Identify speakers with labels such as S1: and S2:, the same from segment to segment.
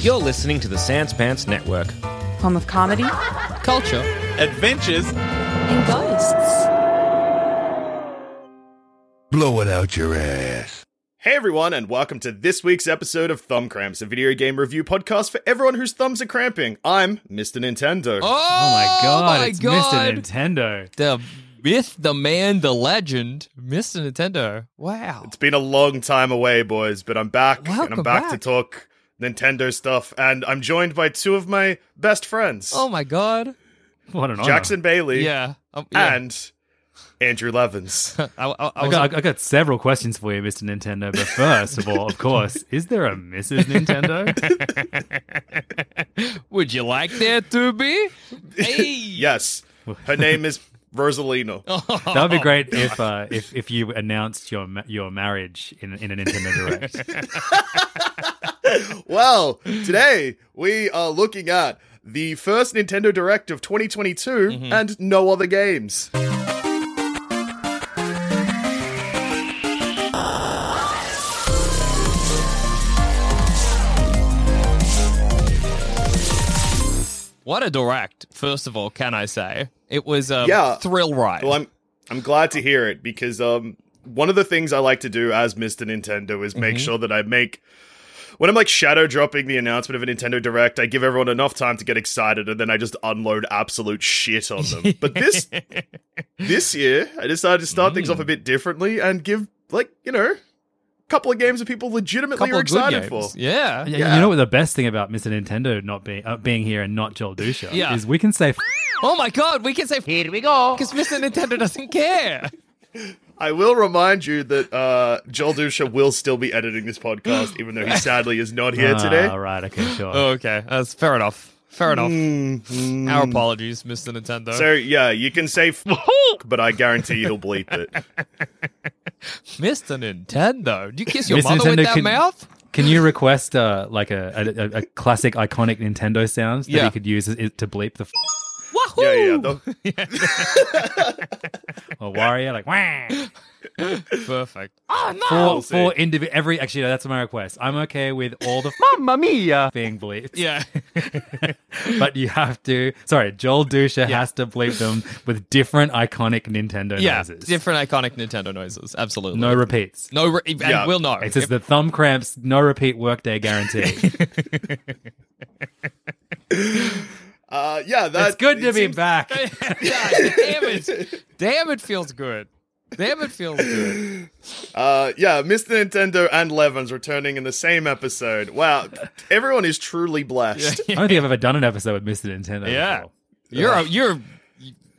S1: You're listening to the Sans Pants Network.
S2: Home of comedy
S3: Culture.
S4: Adventures.
S2: and ghosts.
S5: Blow it out your ass.
S4: Hey everyone, and welcome to this week's episode of Thumb Cramps, a video game review podcast for everyone whose thumbs are cramping. I'm Mr. Nintendo.
S3: Oh,
S6: Oh my god,
S3: my
S6: it's
S3: God.
S6: Mr. Nintendo.
S3: The myth, the man, the legend, Mr. Nintendo. Wow.
S4: It's been a long time away, boys, but I'm back, and I'm
S3: Welcome
S4: back, to
S3: back.
S4: talk Nintendo stuff, and I'm joined by two of my best friends,
S3: Oh my God.
S6: What an honor.
S4: Jackson Bailey
S3: Yeah. Um, yeah.
S4: and Andrew Levins.
S3: I, I, I
S6: I
S3: was,
S6: got, I got several questions for you, Mr. Nintendo. But first of all, of course, is there a Mrs. Nintendo?
S3: would you like there to be? Hey.
S4: yes, her name is Rosalina.
S3: Oh.
S6: that would be great if uh, if if you announced your ma- your marriage in in a Nintendo Direct.
S4: well, today we are looking at the first Nintendo Direct of 2022
S3: Mm-hmm.
S4: and no other games.
S3: What a direct, first of all, can I say? It was a
S4: Yeah.
S3: thrill ride.
S4: Well, I'm I'm glad to hear it because um one of the things I like to do as Mr. Nintendo is
S3: Mm-hmm.
S4: make sure that I make when I'm like shadow dropping the announcement of a Nintendo Direct, I give everyone enough time to get excited and then I just unload absolute shit on them. but this this year, I decided to start things
S3: Mm.
S4: off a bit differently and give like, you know, a couple of games that people legitimately
S3: couple
S4: are
S3: of good
S4: excited
S3: games.
S4: for.
S3: Yeah.
S6: You-
S4: Yeah.
S6: You know what the best thing about Mr. Nintendo not being uh, being here and not Joel Dusha
S3: Yeah.
S6: is we can say F-
S3: Oh my God, we can say here we go because Mr. Nintendo doesn't care.
S4: I will remind you that uh, Joel Dusha will still be editing this podcast, even though he sadly is not here today.
S6: Ah, right, okay, sure.
S3: okay, that's fair enough. Fair enough. Our apologies, Mr. Nintendo.
S4: So yeah, you can say f- but I guarantee he'll bleep it.
S3: Mr. Nintendo, do you kiss your
S6: Mr.
S3: mother with
S6: Nintendo
S3: that
S6: can-
S3: mouth?
S6: Can you request uh, like a, a, a- a classic iconic Nintendo sound that
S3: Yeah.
S6: you could use i- to bleep the f-
S3: Wahoo!
S4: Yeah, yeah, they'll-
S6: or Wario like wah?
S3: Perfect.
S4: Ah,
S6: Four, four individual. Every actually, no, that's my request. I'm okay with all the Mamma Mia being bleeped,
S3: Yeah.
S6: but you have to. Sorry, Joel Dusha has to bleep them with different iconic Nintendo
S3: yeah.
S6: noises.
S3: Different iconic Nintendo noises. Absolutely.
S6: No repeats.
S3: No, re- and
S4: Yeah.
S3: we'll know.
S6: It says the thumb cramps, no repeat workday guarantee.
S4: Uh, yeah, that's
S6: it's good to be
S4: seems-
S6: back.
S3: Yeah, damn it. Damn it feels good. Damn it feels good.
S4: Uh, yeah, Mr. Nintendo and Levens returning in the same episode. Wow, everyone is truly blessed.
S6: I don't think I've ever done an episode with Mr. Nintendo.
S3: Yeah.
S6: before.
S3: You're a, you're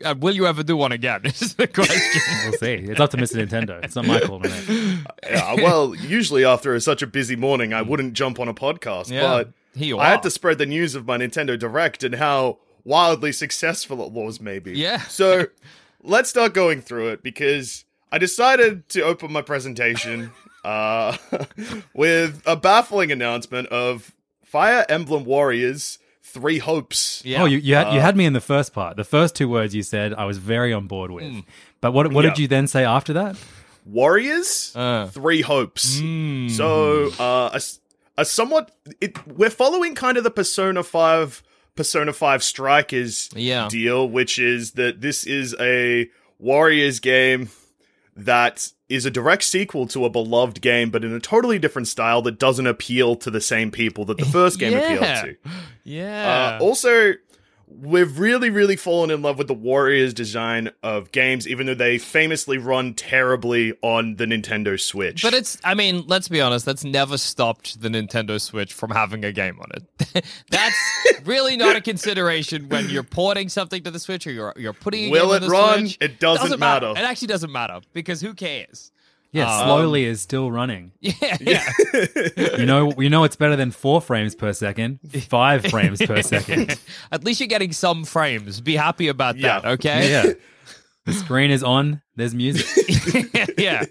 S3: uh, will you ever do one again? Is the question.
S6: We'll see. It's up to Mr. Nintendo. It's not my call to make.
S4: Yeah, well, usually after such a busy morning, I wouldn't jump on a podcast,
S3: Yeah,
S4: but
S3: here you
S4: I
S3: are.
S4: had to spread the news of my Nintendo Direct and how wildly successful it was. Maybe.
S3: Yeah.
S4: So let's start going through it because I decided to open my presentation uh, with a baffling announcement of Fire Emblem Warriors Three Hopes.
S3: Yeah.
S6: Oh, you, you, had, you had me in the first part. The first two words you said, I was very on board with.
S3: Hmm.
S6: But what, what did
S4: Yeah.
S6: you then say after that?
S4: Warriors
S3: Uh. Mm.
S4: Three Hopes.
S3: Hmm.
S4: So uh, a, s- a somewhat it, we're following kind of the Persona Five Persona Five Strikers
S3: Yeah.
S4: deal, which is that this is a Warriors game that is a direct sequel to a beloved game, but in a totally different style that doesn't appeal to the same people that the first game
S3: Yeah.
S4: appealed to.
S3: yeah.
S4: Uh, also, we've really, really fallen in love with the Warriors design of games, even though they famously run terribly on the Nintendo Switch.
S3: But it's, I mean, let's be honest, that's never stopped the Nintendo Switch from having a game on it. that's really not a consideration when you're porting something to the Switch or you're, you're putting a
S4: Will
S3: game
S4: it
S3: on the
S4: run?
S3: Switch.
S4: It doesn't matter.
S3: It actually doesn't matter because who cares?
S6: Yeah,
S3: Um,
S6: slowly is still running.
S3: Yeah, yeah.
S6: You know, you know it's better than four frames per second, five frames per second.
S3: At least you're getting some frames. Be happy about
S4: Yeah.
S3: that, okay?
S6: Yeah, the screen is on. There's music.
S3: Yeah. yeah.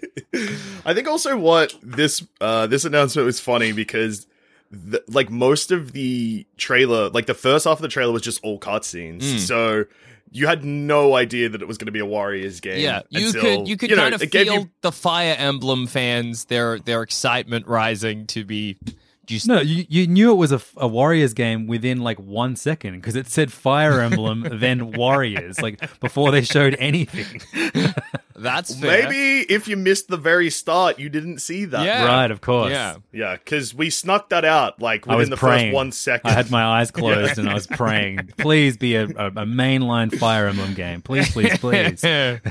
S4: I think also what this uh this announcement was funny because the, like most of the trailer, like the first half of the trailer was just all cutscenes.
S3: Hmm.
S4: So you had no idea that it was going to be a Warriors game.
S3: Yeah, you
S4: until,
S3: could you could
S4: know,
S3: kind of
S4: it gave
S3: feel
S4: you-
S3: the Fire Emblem fans their their excitement rising to be just
S6: No, you, you knew it was a, f- a Warriors game within like one second because it said Fire Emblem, then Warriors, like before they showed anything.
S3: that's fair.
S4: maybe if you missed the very start, you didn't see that.
S3: Yeah.
S6: Right, of course.
S3: yeah.
S4: Yeah, because we snuck that out like
S6: I was
S4: within the
S6: praying.
S4: first one second.
S6: I had my eyes closed and I was praying. Please be a, a, a mainline Fire Emblem game. Please, please, please.
S3: no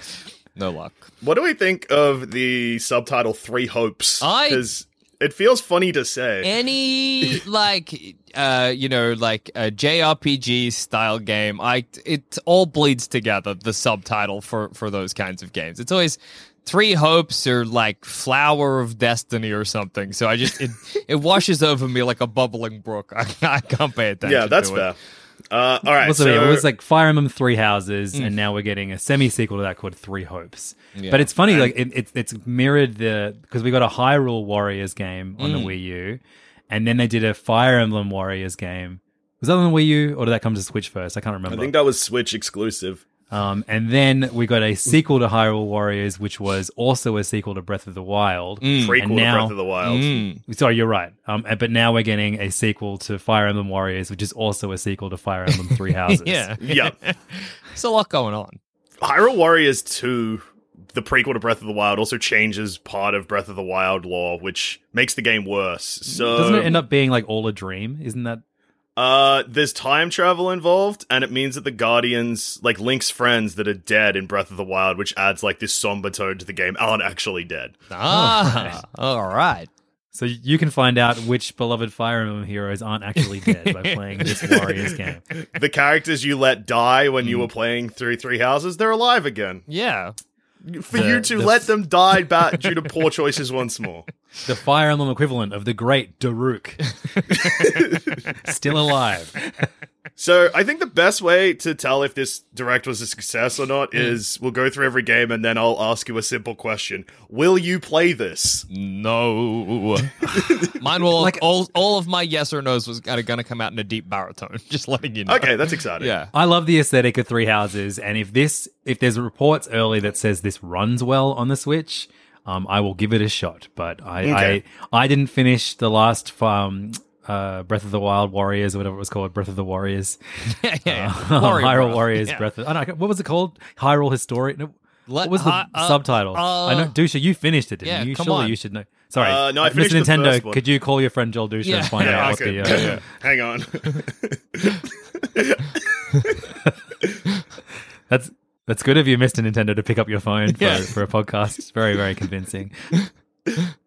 S3: luck.
S4: What do we think of the subtitle Three Hopes?
S3: I-
S4: Because it feels funny to say.
S3: Any like uh you know like a JRPG style game, I it all bleeds together the subtitle for for those kinds of games. It's always Three hopes or like flower of destiny or something. So I just it, it washes over me like a bubbling brook. I, I can't pay attention.
S4: yeah, that's
S3: to
S4: fair.
S3: It.
S4: Uh, all right,
S6: What's the
S4: so Mm.
S6: name? It was like Fire Emblem Three Houses, and now we're getting a semi sequel to that called Three Hopes. But it's funny, like it, it, it's mirrored the because we got a Hyrule Warriors game on
S4: Mm.
S6: the Wii U, and then they did a Fire Emblem Warriors game. Was that on the Wii U, or did that come to Switch first? I can't
S4: I
S6: remember.
S4: think that was Switch exclusive.
S6: Um, and then we got a sequel to Hyrule Warriors, which was also a sequel to Breath of the Wild.
S4: Mm. Prequel
S6: Mm, And
S4: to
S6: now-
S4: Breath of the Wild.
S3: Mm.
S6: Sorry, you're right. Um, uh, but now we're getting a sequel to Fire Emblem Warriors, which is also a sequel to Fire Emblem Three Houses.
S3: Yeah.
S4: Yeah.
S3: There's a lot going on.
S4: Hyrule Warriors 2, the prequel to Breath of the Wild, also changes part of Breath of the Wild lore, which makes the game worse. So
S6: Doesn't it end up being like all a dream? Isn't that
S4: Uh, there's time travel involved, and it means that the Guardians, like Link's friends that are dead in Breath of the Wild, which adds like this somber tone to the game, aren't actually dead.
S3: Ah, all right.
S6: So you can find out which beloved Fire Emblem heroes aren't actually dead by playing this Warriors game.
S4: the characters you let die when
S6: Mm.
S4: you were playing through Three Houses, they're alive again.
S3: Yeah.
S4: For
S6: The-
S4: you to
S6: the-
S4: let them die back due to poor choices once more.
S6: The Fire Emblem equivalent of the great Daruk. Still alive.
S4: So I think the best way to tell if this direct was a success or not is we'll go through every game and then I'll ask you a simple question: Will you play this?
S3: No. Mine will
S6: Like-
S3: all all of my yes or no's was kind of gonna come out in a deep baritone. Just letting you know.
S4: Okay, that's exciting.
S3: Yeah.
S6: I love the aesthetic of Three Houses, and if this if there's reports early that says this runs well on the Switch, um, I will give it a shot. But I
S4: Okay.
S6: I, I didn't finish the last um, uh, Breath of the Wild Warriors or whatever it was called, Breath of the Warriors,
S3: yeah, yeah.
S6: Um,
S3: Warrior
S6: Hyrule
S3: Breath.
S6: Warriors
S3: Yeah.
S6: Breath. Of, oh, no, what was it called? Hyrule Historic. No,
S3: Let-
S6: what was the
S3: hi- uh,
S6: subtitle? I know,
S3: uh,
S6: Dusha, you finished it, didn't
S3: yeah,
S6: you?
S3: come
S6: Surely
S3: on.
S6: you should know. Sorry,
S4: Uh, no, I
S6: Mr.
S4: finished the
S6: Nintendo.
S4: first one.
S6: Could you call your friend Joel Dusha
S3: Yeah.
S6: and find
S4: Yeah,
S6: out
S4: I
S6: what the?
S4: could-
S6: Uh,
S4: Hang on.
S6: That's that's good of you, Mr. Nintendo, to pick up your phone for,
S3: Yeah.
S6: for a podcast. It's very, very convincing.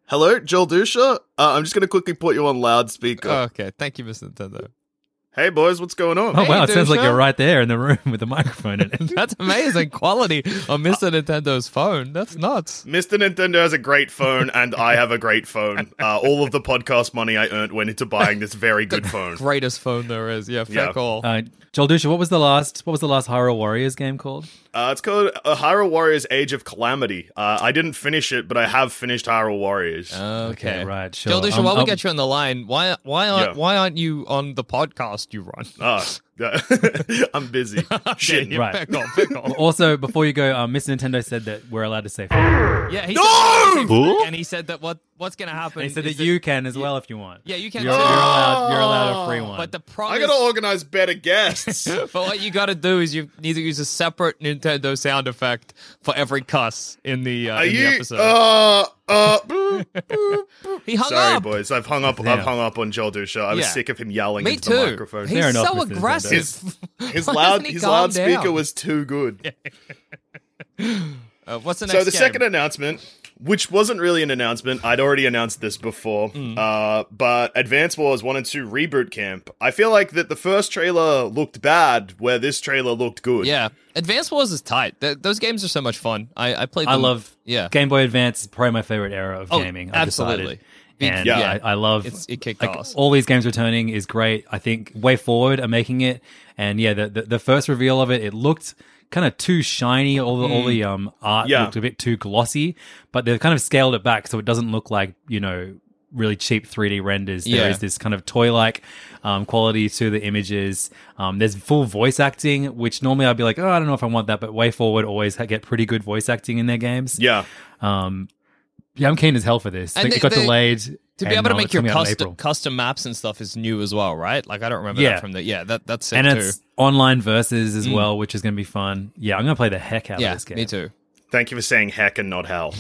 S4: Hello, Joel Dusha. Uh, I'm just going to quickly put you on loudspeaker.
S3: okay. Thank you, Mr. Nintendo.
S4: hey, boys, what's going on?
S6: Oh
S3: Hey,
S6: wow, it sounds like
S3: Dusha.
S6: you're right there in the room with the microphone in it.
S3: That's amazing quality
S4: Uh,
S3: on Mr. Nintendo's phone. That's nuts.
S4: Mr. Nintendo has a great phone, and I have a great phone. Uh, all of the podcast money I earned went into buying this very good phone.
S3: Greatest phone there is. Yeah, fuck
S4: Yeah.
S3: all.
S6: Uh, Joel Dusha, what was the last what was the last Hyrule Warriors game called?
S4: Uh, it's called uh, Hyrule Warriors Age of Calamity. Uh, I didn't finish it, but I have finished Hyrule
S3: Oh.
S4: Warriors.
S3: Okay.
S6: Uh, okay, right,
S3: Joe
S6: sure.
S3: Dusha,
S6: Um,
S3: while we
S6: um,
S3: get you on the line, why why aren't
S4: Yeah.
S3: why aren't you on the podcast you run?
S4: Ah, yeah. I'm busy. Shit.
S3: yeah,
S6: right.
S3: Back off, back off.
S6: Also, before you go, um, Mr. Nintendo said that we're allowed to say. fuck.
S3: Yeah, he
S4: No!
S3: said, and he said that what what's going to happen?
S6: And he said
S3: is
S6: that you can as well if you want.
S3: yeah, you can
S6: You're,
S3: as
S6: you're
S3: well.
S6: allowed. You're allowed a free one.
S3: Oh, But the
S4: I
S3: problem,
S4: gotta organize better guests.
S3: but what you got to do is you need to use a separate Nintendo sound effect for every cuss in the uh,
S4: Are
S3: in the
S4: you?
S3: episode.
S4: Uh, uh, boop, boop.
S3: he hung
S4: Sorry,
S3: up.
S4: boys. I've hung up. I've hung up on Joel Dusha. I was
S3: Yeah.
S4: sick of him yelling
S3: Me
S4: into
S3: too.
S4: the microphone.
S3: He's
S6: Fair enough,
S3: so
S6: Mr. Nintendo.
S3: aggressive.
S4: His- His
S3: Why
S4: loud
S3: doesn't he
S4: his
S3: calm
S4: loudspeaker
S3: down?
S4: was too good.
S3: Uh, what's the next?
S4: so the
S3: game?
S4: second announcement which wasn't really an announcement. I'd already announced this before.
S3: Mm.
S4: Uh, but Advance Wars 1 and 2 Reboot Camp. I feel like that the first trailer looked bad, where this trailer looked good.
S3: Yeah, Advance Wars is tight. Th- those games are so much fun. I, I played.
S6: I
S3: them-
S6: love
S3: Yeah,
S6: Game Boy Advance. is Probably my favorite era of
S3: Oh,
S6: gaming. I've
S3: absolutely.
S6: decided. And
S4: Yeah.
S6: yeah, I, I love
S3: It's- it kicked
S6: like,
S3: ass.
S6: All these games returning is great. I think Way Forward are making it, and yeah, the the, the first reveal of it, it looked kind of too shiny. All the all
S3: Mm.
S6: the um art
S4: Yeah.
S6: looked a bit too glossy, but they've kind of scaled it back so it doesn't look like you know really cheap 3D renders. There
S3: Yeah.
S6: is this kind of toy like um, quality to the images. Um, there's full voice acting, which normally I'd be like, oh, I don't know if I want that, but Way Forward always ha- get pretty good voice acting in their games.
S4: Yeah.
S6: Um, yeah, I'm keen as hell for this.
S3: And
S6: Like,
S3: they-
S6: it got
S3: they-
S6: delayed.
S3: To be
S6: and
S3: able to
S6: now
S3: make
S6: it's
S3: your
S6: coming out in
S3: custom
S6: April.
S3: custom maps and stuff is new as well, right? Like I don't remember
S6: Yeah.
S3: that from the yeah that that's sick
S6: and
S3: too. Mm.
S6: it's online versus as well, which is going to be fun. Yeah, I'm going to play the heck out
S3: yeah,
S6: of this game.
S3: me too.
S4: Thank you for saying heck and not hell.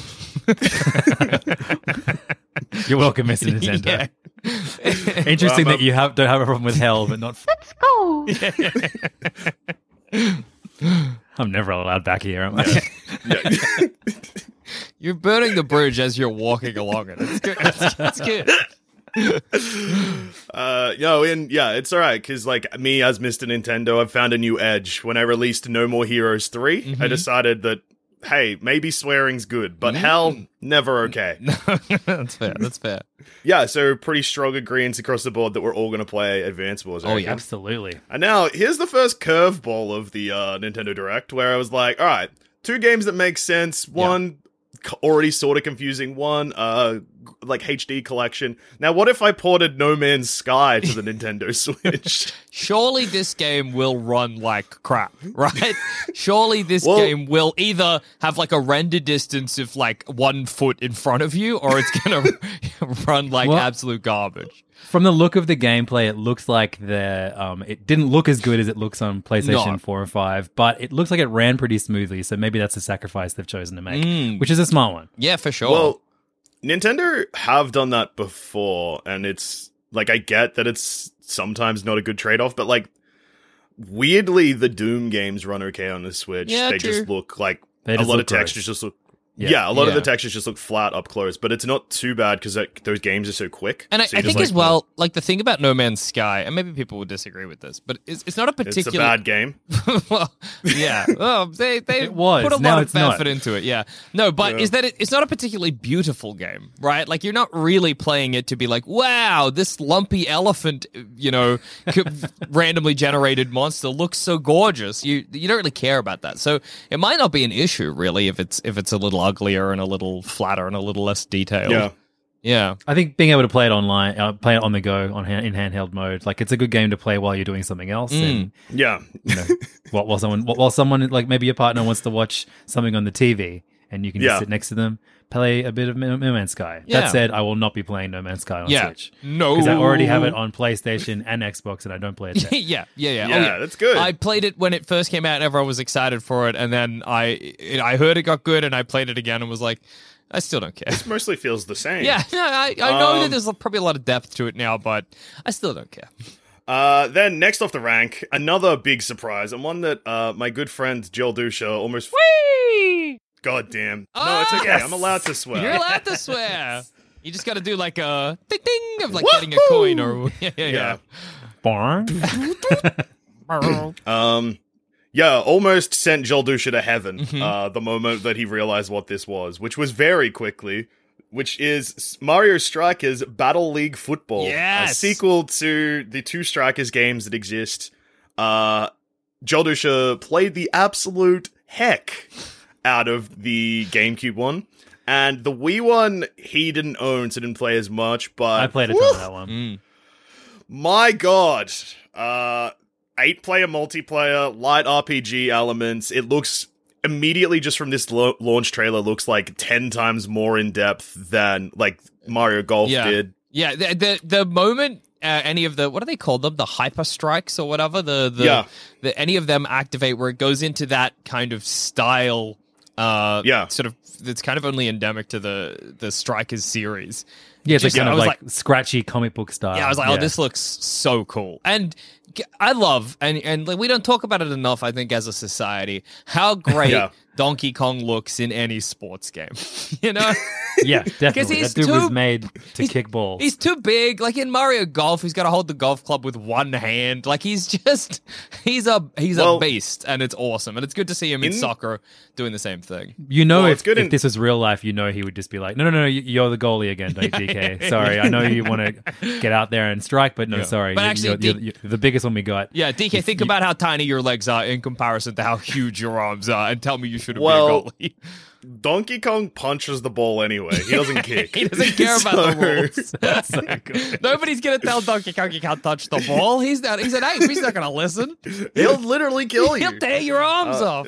S6: You're welcome, Mr. Nintendo.
S3: Yeah.
S6: Interesting
S4: Well, I'm
S6: that you have don't have a problem with hell, but not. Let's go. I'm never allowed back here, am I?
S3: You're burning the bridge as you're walking along it. It's good. It's, it's good.
S4: Uh, yo, and yeah, it's all right because like me as Mr. Nintendo, I've found a new edge. When I released No More Heroes 3 I decided that hey, maybe swearing's good, but hell, never okay.
S3: that's fair. That's fair.
S4: yeah, so pretty strong agreements across the board that we're all going to play Advance Wars. eh? I
S3: Oh,
S4: reckon.
S3: yeah.
S6: Absolutely.
S4: And now here's the first curveball of the uh, Nintendo Direct, where I was like, all right, two games that make sense. One c- already sort of confusing. One uh, g- like HD collection. Now, what if I ported No Man's Sky to the Nintendo Switch?
S3: Surely this game will run like crap, right? Surely this
S4: Well-
S3: game will either have like a render distance of like one foot in front of you, or it's gonna run like
S6: Well-
S3: absolute garbage.
S6: From the look of the gameplay, it looks like the um, it didn't look as good as it looks on PlayStation
S3: No.
S6: Four or Five, but it looks like it ran pretty smoothly. So maybe that's a sacrifice they've chosen to
S3: Mm.
S6: make, which is a smart one.
S3: Yeah, for sure.
S4: Well, Nintendo have done that before, and it's like I get that it's sometimes not a good trade off, but like weirdly, the Doom games run okay on the Switch.
S3: Yeah,
S4: they just
S3: true.
S4: look like
S6: They
S4: a
S6: just
S4: lot
S6: look
S4: of textures
S6: gross.
S4: just look.
S6: Yeah.
S4: Yeah, a lot of the
S3: Yeah.
S4: textures just look flat up close, but it's not too bad because those games are so quick.
S3: And I,
S4: So
S3: I
S4: you just,
S3: think
S4: like,
S3: as well, like the thing about No Man's Sky, and maybe people would disagree with this, but it's, it's not a
S4: it's a
S3: particular.
S4: bad game.
S3: well, yeah, well, they they
S6: It was.
S3: put a
S6: Now
S3: lot
S6: it's
S3: of
S6: not.
S3: effort into it. Yeah, no, but is that it, it's not a particularly beautiful game, right? Like you're not really playing it to be like, wow, this lumpy elephant, you know, c- randomly generated monster looks so gorgeous. You you don't really care about that, so it might not be an issue really if it's if it's a little uglier and a little flatter and a little less detailed.
S4: Yeah.
S3: yeah.
S6: I think being able to play it online, uh, play it on the go, on hand, in handheld mode, like it's a good game to play while you're doing something else,
S3: Mm.
S6: and
S4: Yeah,
S6: you know, while, while someone, while, while someone, like maybe your partner wants to watch something on the TV, and you can
S4: Yeah.
S6: just sit next to them, play a bit of No No Man's Sky.
S3: Yeah.
S6: That said, I will not be playing No Man's Sky on
S3: Yeah.
S6: Switch.
S3: No.
S6: because I already have it on PlayStation and Xbox, and I don't play it. There.
S3: yeah, yeah, yeah. Oh,
S4: Yeah, that's good.
S3: I played it when it first came out, and everyone was excited for it. And then I, it, I heard it got good, and I played it again, and was like, I still don't care.
S4: it mostly feels the same.
S3: Yeah, no, I, I know that
S4: Um,
S3: there's probably a lot of depth to it now, but I still don't care.
S4: Uh, then next off the rank, another big surprise, and one that uh, my good friend Jill Dusha almost. God damn! No, it's okay.
S3: Ah!
S4: I'm allowed to swear.
S3: You're allowed to swear. You just got to do like a ding ding of like getting a coin or yeah, yeah, yeah.
S6: Barn?
S4: Um, yeah, almost sent Joel Dusha to heaven
S6: Mm-hmm.
S4: uh, the moment that he realized what this was, which was very quickly, which is S- Mario Strikers Battle League Football. A
S3: Yes!
S4: sequel to the two Strikers games that exist. Uh, Joel Dusha played the absolute heck out of the GameCube one. And the Wii one, he didn't own, so didn't play as much, but
S6: I played a ton of that one.
S3: Mm.
S4: my god. Uh eight player multiplayer, light RPG elements. It looks immediately just from this lo- launch trailer looks like 10 times more in depth than like Mario Golf
S3: Yeah.
S4: did.
S3: Yeah, the the, the moment uh, any of the what do they call them? The hyper strikes or whatever. The the,
S4: Yeah.
S3: the any of them activate where it goes into that kind of style. Uh,
S4: Yeah.
S3: sort of. That's kind of only endemic to the the strikers series.
S6: Yeah, it's like
S3: Just-
S6: kind
S3: I
S6: of
S3: was
S6: like, scratchy comic book style.
S3: Yeah, I was like, oh, this looks so cool, and g- I love and and like, we don't talk about it enough. I think as a society, how great
S4: Yeah.
S3: Donkey Kong looks in any sports game. you know?
S6: Yeah, definitely.
S3: he's
S6: That dude
S3: too-
S6: was made to
S3: he's-
S6: kick balls.
S3: He's too big. Like in Mario Golf, he's got to hold the golf club with one hand. Like he's just he's a he's
S4: Well-
S3: a beast and it's awesome. And it's good to see him in,
S4: In-
S3: soccer doing the same thing.
S6: You know,
S4: Well,
S6: if,
S4: it's good
S6: if
S4: in-
S6: this was real life, you know he would just be like, no, no, no, you- you're the goalie again, don't you, DK. Sorry, I know you want to get out there and strike, but no,
S3: Yeah.
S6: sorry.
S3: But
S6: you-
S3: actually,
S6: you're,
S3: D-
S6: you're- you're the biggest one we got.
S3: Yeah, DK, think
S6: you-
S3: about how tiny your legs are in comparison to how huge your arms are and tell me you should have
S4: Well,
S3: been a goalie.
S4: Donkey Kong punches the ball anyway. He doesn't kick.
S3: He doesn't care about the
S4: So-
S3: rules. Nobody's gonna tell Donkey Kong you can't touch the ball. He's not. He's an ape. He's not gonna listen.
S4: He'll literally kill you.
S3: He'll tear your
S4: Uh,
S3: arms off.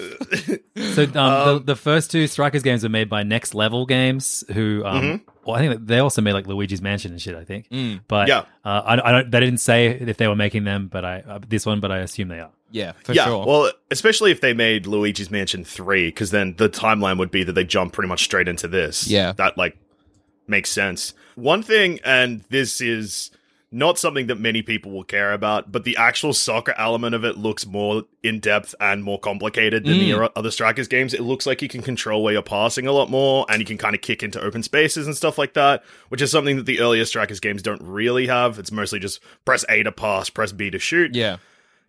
S6: So um, the, the first two Strikers games were made by Next Level Games, who um,
S4: Mm-hmm.
S6: well, I think that they also made like Luigi's Mansion and shit. I think,
S3: Mm,
S6: but
S4: Yeah.
S6: uh, I, I don't. They didn't say if they were making them, but I uh, this one, but I assume they are.
S3: Yeah, for
S4: yeah,
S3: sure.
S4: well, especially if they made Luigi's Mansion 3, because then the timeline would be that they jump pretty much straight into this.
S3: Yeah.
S4: That, like, makes sense. One thing, and this is not something that many people will care about, but the actual soccer element of it looks more in depth and more complicated than
S3: Mm.
S4: the other Strikers games. It looks like you can control where you're passing a lot more, and you can kind of kick into open spaces and stuff like that, which is something that the earlier Strikers games don't really have. It's mostly just press A to pass, press B to shoot.
S3: yeah,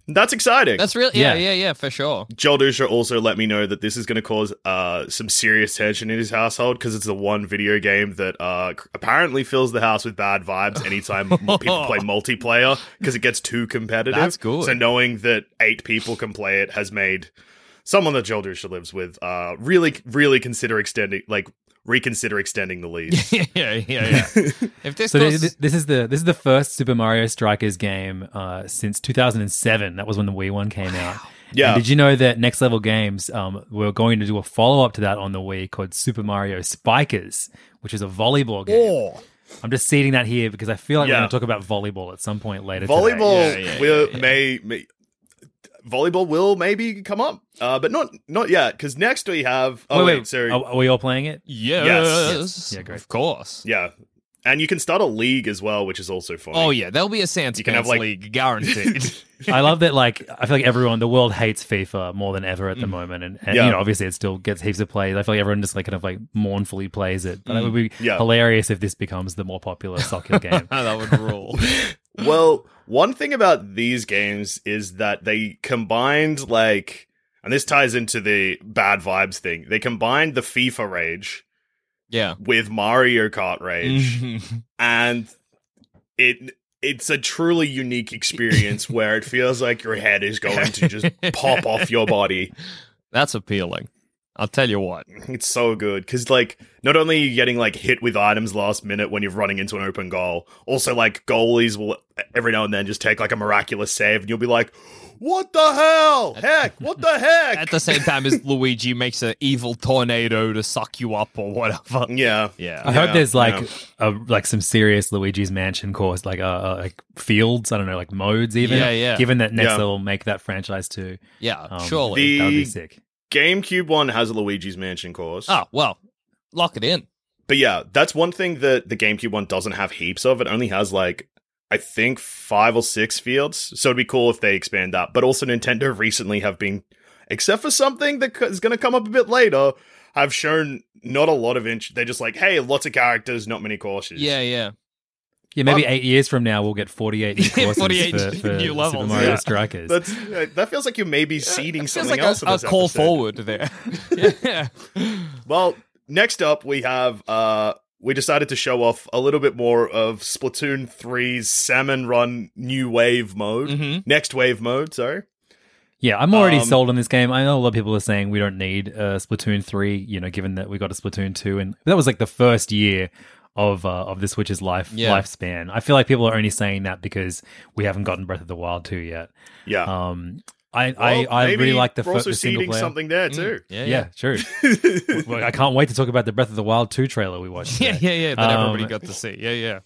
S4: That's exciting.
S3: that's real. Yeah, yeah,
S6: Yeah.
S3: yeah, for sure.
S4: Joel Dusha also let me know that this is going to cause uh, some serious tension in his household because it's the one video game that uh, c- apparently fills the house with bad vibes anytime m- people play multiplayer because it gets too competitive.
S3: That's good.
S4: So knowing that eight people can play it has made someone that Joel Dusha lives with uh, really, really consider extending, like reconsider extending the lead.
S3: yeah, yeah, yeah. If this
S6: So
S3: goes,
S6: th- th- this is the this is the first Super Mario Strikers game uh, since 2007. That was when the Wii one came out.
S4: Yeah.
S6: And did you know that Next Level Games um, were going to do a follow up to that on the Wii called Super Mario Spikers, which is a volleyball game. I'm just seeding that here because I feel like
S4: Oh. Yeah.
S6: we're going to talk about volleyball at some point later. today.
S4: volleyball
S3: Yeah, yeah,
S4: will may, may volleyball will maybe come up, uh, but not not yet because next we have. Oh
S6: wait, Uh,
S4: wait,
S6: wait,
S4: so
S6: are, are we all playing it?
S3: yes,
S4: Yes.
S6: Yeah, great.
S3: of course.
S4: Yeah. And you can start a league as well, which is also fun.
S3: Oh yeah, there'll be a Sans
S4: You can have, like-
S3: League guaranteed.
S6: I love that. Like, I feel like everyone, the world hates FIFA more than ever at the moment, and, and
S4: Mm. Yeah.
S6: you know, obviously, it still gets heaps of plays. I feel like everyone just like kind of like mournfully plays it.
S4: Mm.
S6: But it would be
S4: Yeah.
S6: hilarious if this becomes the more popular soccer game.
S3: that would rule.
S4: Well, one thing about these games is that they combined, like, and this ties into the bad vibes thing, they combined the FIFA rage
S3: Yeah.
S4: with Mario Kart rage.
S3: Mhm.
S4: and it. It's a truly unique experience where it feels like your head is going to just pop off your body.
S3: That's appealing. I'll tell you what.
S4: It's so good because, like, not only are you getting like hit with items last minute when you're running into an open goal, also like goalies will every now and then just take like a miraculous save, and you'll be like, "What the hell? Heck! What the
S3: At
S4: heck?"
S3: the same time as Luigi makes an evil tornado to suck you up or whatever.
S4: yeah,
S6: I
S3: Yeah.
S6: hope there's like
S4: yeah.
S6: a like some serious Luigi's Mansion course, like uh, uh like fields. I don't know, like modes even.
S3: Yeah, yeah.
S6: Given that next
S4: Yeah.
S6: level make that franchise too,
S3: Yeah,
S6: um,
S3: surely.
S6: that would be
S4: The-
S6: sick.
S4: GameCube one has a Luigi's Mansion course.
S3: Oh, well, lock it in.
S4: But yeah, that's one thing that the GameCube one doesn't have heaps of. It only has like I think five or six fields. So it'd be cool if they expand that. But also Nintendo recently have been, except for something that c- is going to come up a bit later, have shown not a lot of interest. They're just like, hey, lots of characters, not many courses.
S3: Yeah, yeah.
S6: Yeah, maybe eight years from now we'll get 48 new courses
S3: 48
S6: for, for
S3: new levels,
S6: Super Mario
S4: yeah.
S6: Strikers.
S4: That's uh, that feels like you may be seeding
S3: Feels
S4: something
S3: like
S4: else.
S3: a,
S4: in
S3: a
S4: this
S3: call
S4: episode.
S3: forward there. yeah.
S4: Well, next up we have uh we decided to show off a little bit more of Splatoon 3's Salmon Run New Wave mode.
S6: Mm-hmm.
S4: Next wave mode, sorry.
S6: Yeah, I'm already
S4: Um,
S6: sold on this game. I know a lot of people are saying we don't need uh, Splatoon three. You know, given that we got a Splatoon two, and that was like the first year of uh, of the Switch's life
S3: Yeah.
S6: lifespan. I feel like people are only saying that because we haven't gotten Breath of the Wild two yet.
S4: Yeah.
S6: Um, I
S4: Well,
S6: I, I
S4: maybe
S6: really like the,
S4: we're
S6: fir-
S4: also
S6: the single
S4: seeding
S6: player. Mm,
S4: something there too.
S3: Yeah,
S6: yeah,
S3: yeah.
S6: true. Well, I can't wait to talk about the Breath of the Wild two trailer we watched.
S3: Yeah,
S6: today.
S3: yeah, yeah. That
S6: Um,
S3: everybody got to see. Yeah, yeah.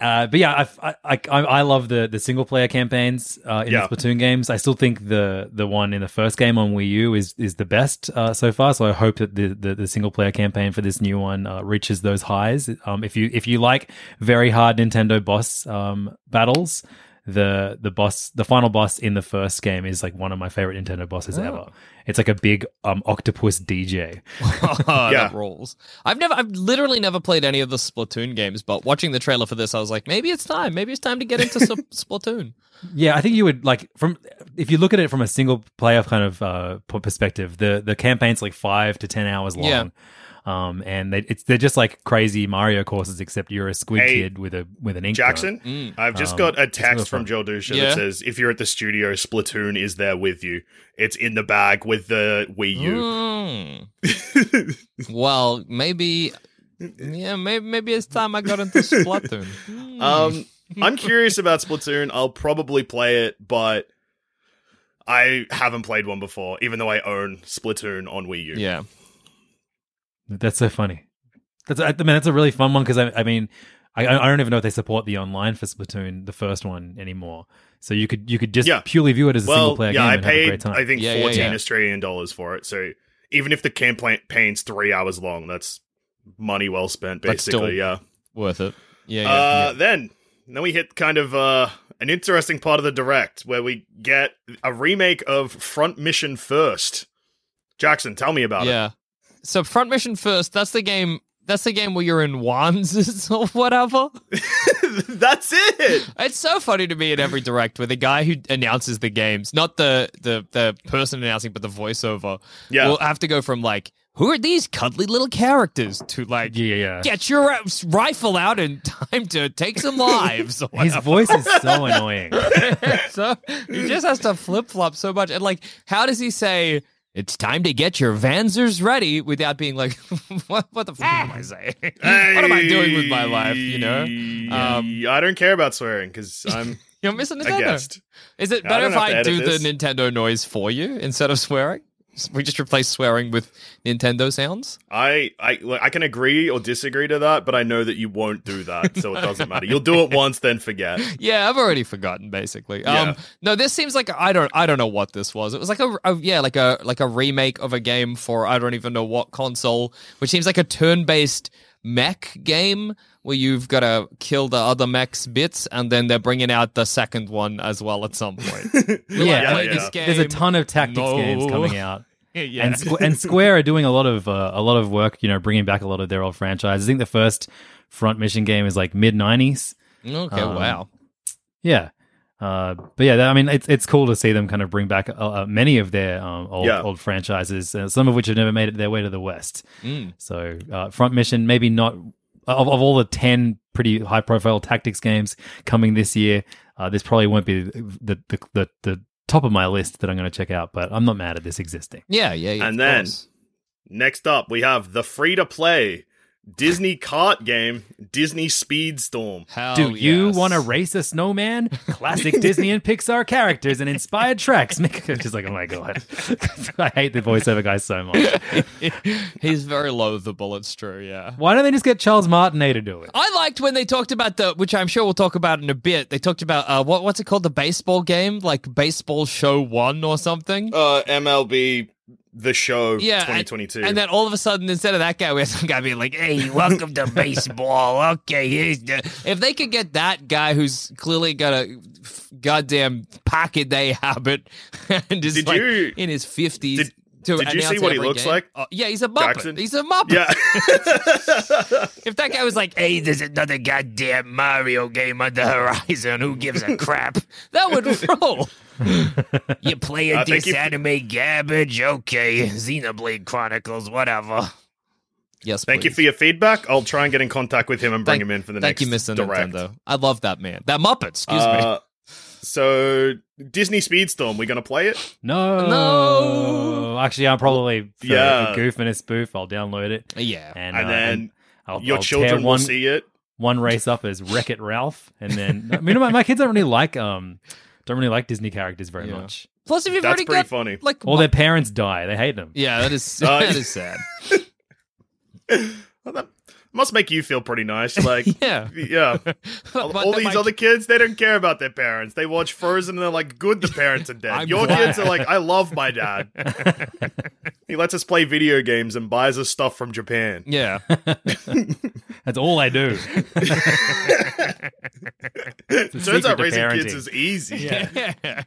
S6: Uh, but yeah, I, I, I, I love the, the single player campaigns uh, in
S4: Yeah.
S6: the Splatoon games. I still think the the one in the first game on Wii U is is the best uh, so far. So I hope that the, the, the single player campaign for this new one uh, reaches those highs. Um, if you if you like very hard Nintendo boss um, battles, the the boss, the final boss in the first game is like one of my favorite Nintendo bosses ever. It's like a big um octopus DJ.
S4: Yeah.
S3: Oh, That rules. I've never, I've literally never played any of the Splatoon games, but watching the trailer for this, I was like, maybe it's time. Maybe it's time to get into Sp- Splatoon.
S6: Yeah, I think you would like from if you look at it from a single player kind of uh, p- perspective. The the campaign's like five to ten hours long.
S3: Yeah.
S6: Um, and they, it's they're just like crazy Mario courses, except you're a squid
S4: Hey,
S6: kid with a with an ink gun.
S4: Jackson, I've just
S6: Um,
S4: got a
S6: it's another
S4: text from
S6: fun-
S4: Joe Dusha
S3: Yeah.
S4: that says, "If you're at the studio, Splatoon is there with you. It's in the bag with the Wii U."
S3: Mm. well, maybe, yeah, maybe, maybe it's time I got into Splatoon. Hmm.
S4: Um, I'm curious about Splatoon. I'll probably play it, but I haven't played one before, even though I own Splatoon on Wii U.
S3: yeah.
S6: That's so funny. That's I mean that's a really fun one because I, I mean I, I don't even know if they support the online for Splatoon the first one anymore. So you could you could just
S4: Yeah.
S6: purely view it as a single
S4: Well,
S6: player
S4: yeah,
S6: game
S4: I
S6: and have a great
S4: paid
S6: time.
S4: I think
S3: Yeah, yeah,
S4: fourteen
S3: yeah.
S4: Australian dollars for it. So even if the campaign's three hours long, that's money well spent.
S3: That's still-
S4: Basically, yeah.
S3: Worth it. Yeah. yeah,
S4: Uh, Then, then we hit kind of uh, an interesting part of the direct where we get a remake of Front Mission First. Jackson, tell me about it.
S3: yeah. So front mission first. That's the game. That's the game where you're in wands or whatever.
S4: That's it.
S3: It's so funny to me in every direct where the guy who announces the games, not the the the person announcing, but the voiceover,
S4: Yeah.
S3: will have to go from like, "Who are these cuddly little characters?" to like,
S6: yeah, yeah, yeah.
S3: "Get your uh, rifle out in time to take some lives." or
S6: His
S3: whatever.
S6: voice is so annoying.
S3: so he just has to flip flop so much. And like, how does he say? It's time to get your Vanzers ready without being like, what, what the fuck am I saying? What am I doing with my life? You know, Um,
S4: Um, I don't care about swearing because I'm
S3: you're missing
S4: a
S3: Nintendo.
S4: guest.
S3: Is it
S4: I
S3: better
S4: don't
S3: if
S4: have to
S3: I
S4: edit
S3: do
S4: this.
S3: the Nintendo noise for you instead of swearing? We just replace swearing with Nintendo sounds.
S4: I I look, I can agree or disagree to that, but I know that you won't do that, so it doesn't matter. You'll do it once, then forget.
S3: Yeah, I've already forgotten basically.
S4: Yeah.
S3: Um, no, this seems like I don't I don't know what this was. It was like a, a yeah like a like a remake of a game for I don't even know what console, which seems like a turn based mech game where you've got to kill the other mech's bits, and then they're bringing out the second one as well at some point.
S6: yeah,
S4: Yeah,
S6: like,
S4: yeah.
S6: there's- there's a ton of tactics
S3: No.
S6: games coming out.
S3: yeah,
S6: And, Squ- and Square are doing a lot of uh, a lot of work, you know, bringing back a lot of their old franchises. I think the first front mission game is like mid '90s.
S3: okay,
S6: Um,
S3: wow.
S6: Yeah, uh, but yeah, that- I mean, it's it's cool to see them kind of bring back uh, uh, many of their um, old
S4: Yeah.
S6: old franchises, uh, some of which have never made it their way to the West.
S3: Mm.
S6: So uh, front mission, maybe not of, of all the ten pretty high profile tactics games coming this year. Uh, this probably won't be the the, the, the top of my list that I'm going to check out, but I'm not mad at this existing.
S3: Yeah, yeah, yeah.
S4: And
S3: of
S4: then-
S3: course.
S4: Next up, we have the free to play Disney cart game, Disney Speedstorm.
S3: Hell
S6: Do you
S3: Oh, yes.
S6: want to race a snowman? Classic Disney and Pixar characters and inspired tracks. Make just like, oh my god, I hate the voiceover guy so much.
S3: He's very loathable. It's true. Yeah.
S6: Why don't they just get Charles Martinet to do it?
S3: I liked when they talked about the, which I'm sure we'll talk about in a bit. They talked about uh, what what's it called, the baseball game, like Baseball Show One or something.
S4: uh MLB the show
S3: yeah, and-
S4: 2022.
S3: And, then all of a sudden, instead of that guy, we had some guy being like, "Hey, welcome to baseball." Okay, here's the. If they could get that guy who's clearly got a f- goddamn pocket day habit and is
S4: Did
S3: like
S4: you-
S3: in his fifties.
S4: Did-
S3: to
S4: did you see
S3: announce
S4: what he
S3: every
S4: looks
S3: game-
S4: like?
S3: Oh, yeah, he's a muppet.
S4: Jackson?
S3: He's a muppet.
S4: yeah.
S3: If that guy was like, hey, there's another goddamn Mario game on the horizon, who gives a crap? That would roll. you playing
S4: I
S3: this
S4: think you-
S3: anime garbage? Okay. Xenoblade Chronicles, whatever. Yes,
S4: Thank you for your feedback. I'll try and get in contact with him and bring
S3: Thank-
S4: him in for the
S3: Thank
S4: next
S3: you, Mr.
S4: direct.
S3: Nintendo. I love that man. That Muppet, excuse me.
S4: Uh, so Disney Speedstorm, we're gonna play it?
S6: No,
S3: No.
S6: Actually, I'm probably for
S4: Yeah.
S6: a goof and a spoof. I'll download it,
S3: Yeah.
S6: and,
S4: And
S6: uh,
S4: then
S6: and I'll,
S4: Your
S6: I'll tear
S4: children
S6: one,
S4: will see it.
S6: one race up as Wreck It Ralph, and then I mean, my, my kids don't really like um don't really like Disney characters very
S3: Yeah.
S6: much.
S3: Plus, if you've
S4: That's
S3: already
S4: pretty
S3: got
S4: funny.
S3: like
S6: All their parents die; they hate them.
S3: yeah, that is
S4: Uh,
S3: that is sad.
S4: Well, that must make you feel pretty nice. Like
S3: Yeah.
S4: Yeah. All,
S3: But
S4: all
S3: then
S4: these
S3: my-
S4: other kids, they don't care about their parents. They watch Frozen and they're like, good the parents are dead.
S3: I'm
S4: Your
S3: glad.
S4: kids are like, I love my dad. he lets us play video games and buys us stuff from Japan.
S3: yeah.
S6: That's all they do.
S4: Turns
S6: secret
S4: out
S6: to
S4: raising kids
S6: parenting.
S4: is easy.
S3: yeah.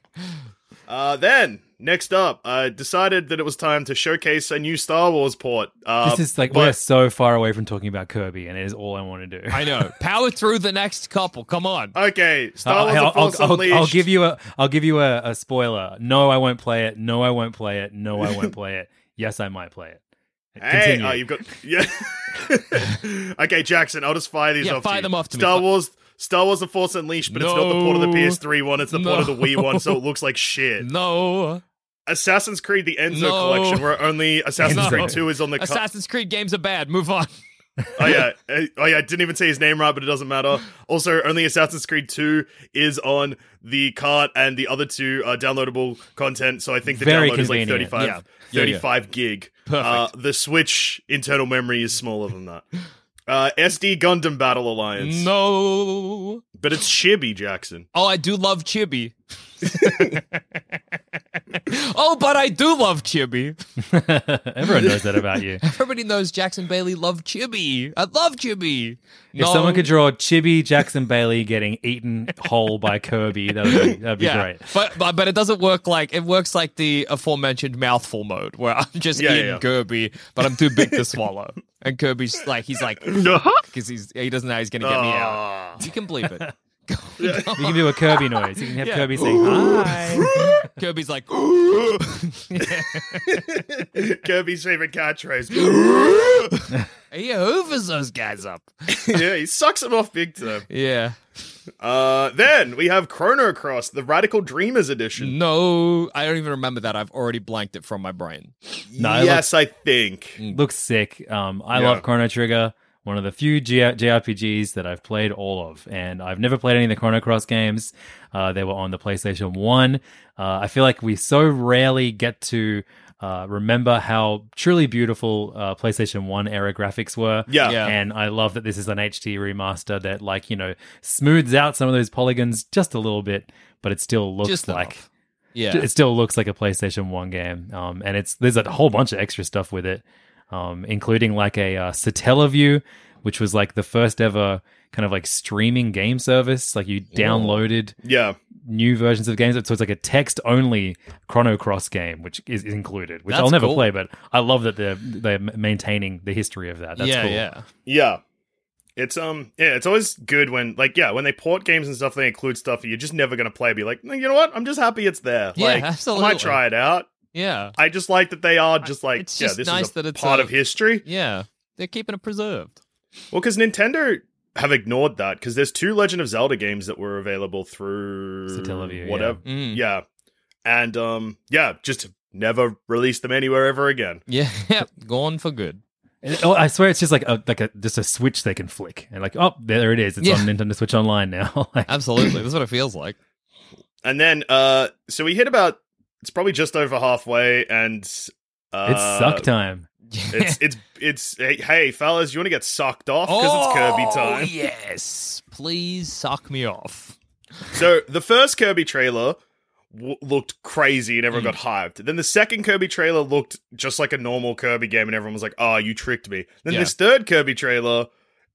S4: Uh, then next up, I decided that it was time to showcase a new Star Wars port. Uh,
S6: This is like
S4: but-
S6: we're so far away from talking about Kirby, and it is all I want to do.
S3: I know. Power through the next couple. Come on.
S4: Uh, okay, Star Wars:
S6: I'll,
S4: The Force
S6: I'll- I'll-
S4: Unleashed.
S6: I'll give you a I'll give you a, a spoiler. No, I won't play it. No, I won't play it. No, I won't play it. Yes, I might play it.
S4: Hey,
S6: Continue.
S4: oh, you've got yeah. okay, Jackson, I'll just fire these
S3: Yeah,
S4: off.
S3: fire
S4: to you.
S3: them off to me.
S4: Star
S3: Fi-
S4: Wars, Star Wars: The Force Unleashed, but it's not the port of the
S3: No.
S4: PS3 one. It's the port of the Wii one,
S3: No.
S4: so it looks like shit.
S3: No.
S4: Assassin's Creed: The Enzo
S3: No.
S4: Collection, where only Assassin's
S3: No.
S4: Creed Two is on the. co-
S3: Assassin's Creed games are bad. Move on.
S4: oh yeah, Uh, oh yeah. I didn't even say his name right, but it doesn't matter. Also, only Assassin's Creed Two is on the cart, and the other two are downloadable content. So I think the
S6: Very
S4: download is like
S6: convenient.
S4: 35,
S3: Yeah. Yeah, yeah.
S4: 35 gig.
S3: Perfect.
S4: Uh, the Switch internal memory is smaller than that. Uh, SD Gundam Battle Alliance,
S3: No.
S4: but it's Chibi Jackson.
S3: Oh, I do love Chibi. oh, but I do love Chibi.
S6: Everyone knows that about you.
S3: Everybody knows Jackson Bailey loved Chibi. I love Chibi.
S6: If someone could draw Chibi Jackson Bailey getting eaten whole by Kirby, that would be, that'd be
S3: yeah,
S6: great.
S3: but, but but it doesn't work like it works like the aforementioned mouthful mode where I'm just
S4: Yeah, yeah,
S3: eating
S4: yeah.
S3: Kirby, but I'm too big to swallow, and Kirby's like he's like because he's he doesn't know how he's gonna get me out.
S4: Ah.
S3: You can believe it.
S6: You can do a Kirby noise. You can have
S3: Yeah.
S6: Kirby say hi.
S3: Kirby's like,
S4: Kirby's favorite catchphrase.
S3: he hoovers those guys up.
S4: yeah, he sucks him off big time.
S3: Yeah.
S4: Uh, then we have Chrono Cross, the Radical Dreamers edition.
S3: No, I don't even remember that. I've already blanked it from my brain.
S6: No, I
S4: yes, I think.
S6: Looks sick. Um, I
S4: Mm. Yeah.
S6: love Chrono Trigger. One of the few G- JRPGs that I've played all of, and I've never played any of the Chrono Cross games. Uh, they were on the PlayStation One. Uh, I feel like we so rarely get to uh, remember how truly beautiful uh, PlayStation One era graphics were.
S4: Yeah.
S3: Yeah.
S6: and I love that this is an HD remaster that, like, you know, smooths out some of those polygons just a little bit, but it still looks
S3: Just
S6: like
S3: enough. Yeah.
S6: it still looks like a PlayStation One game. Um, and it's there's a whole bunch of extra stuff with it, um, including like a uh, Satellaview, which was like the first ever kind of like streaming game service. Like you downloaded
S4: Yeah.
S6: new versions of games, so it's like a text only Chrono Cross game, which is included, which
S3: That's
S6: I'll never
S3: cool.
S6: play, but I love that they're they're maintaining the history of that. That's
S3: yeah,
S6: cool.
S3: yeah.
S4: Yeah. It's um yeah, it's always good when like yeah, when they port games and stuff they include stuff that you're just never gonna play. Be like, no, you know what? I'm just happy it's there.
S3: Yeah,
S4: like I
S3: absolutely.
S4: might try it out.
S3: Yeah.
S4: I just like that they are just like
S3: it's
S4: yeah,
S3: just
S4: this
S3: nice
S4: is a
S3: that it's
S4: part
S3: a-
S4: of history.
S3: Yeah. They're keeping it preserved.
S4: Well, because Nintendo have ignored that because there's two Legend of Zelda games that were available through
S6: Satellaview, yeah.
S4: whatever,
S3: Mm.
S4: yeah, and um yeah, just never released them anywhere ever again.
S3: Yeah. yeah. Gone for good.
S6: And- oh, I swear it's just like a like a just a switch they can flick and like oh there it is. It's
S3: Yeah.
S6: on Nintendo Switch Online now. Like,
S3: Absolutely. That's what it feels like.
S4: And then uh so we hit about it's probably just over halfway and uh,
S6: it's suck time.
S4: It's it's it's hey, hey fellas, you want to get sucked off because it's
S3: Oh,
S4: Kirby time.
S3: Yes. Please suck me off.
S4: So the first Kirby trailer w- looked crazy and
S3: Mm.
S4: everyone got hyped. Then the second Kirby trailer looked just like a normal Kirby game and everyone was like, "Oh, you tricked me." Then
S3: Yeah.
S4: this third Kirby trailer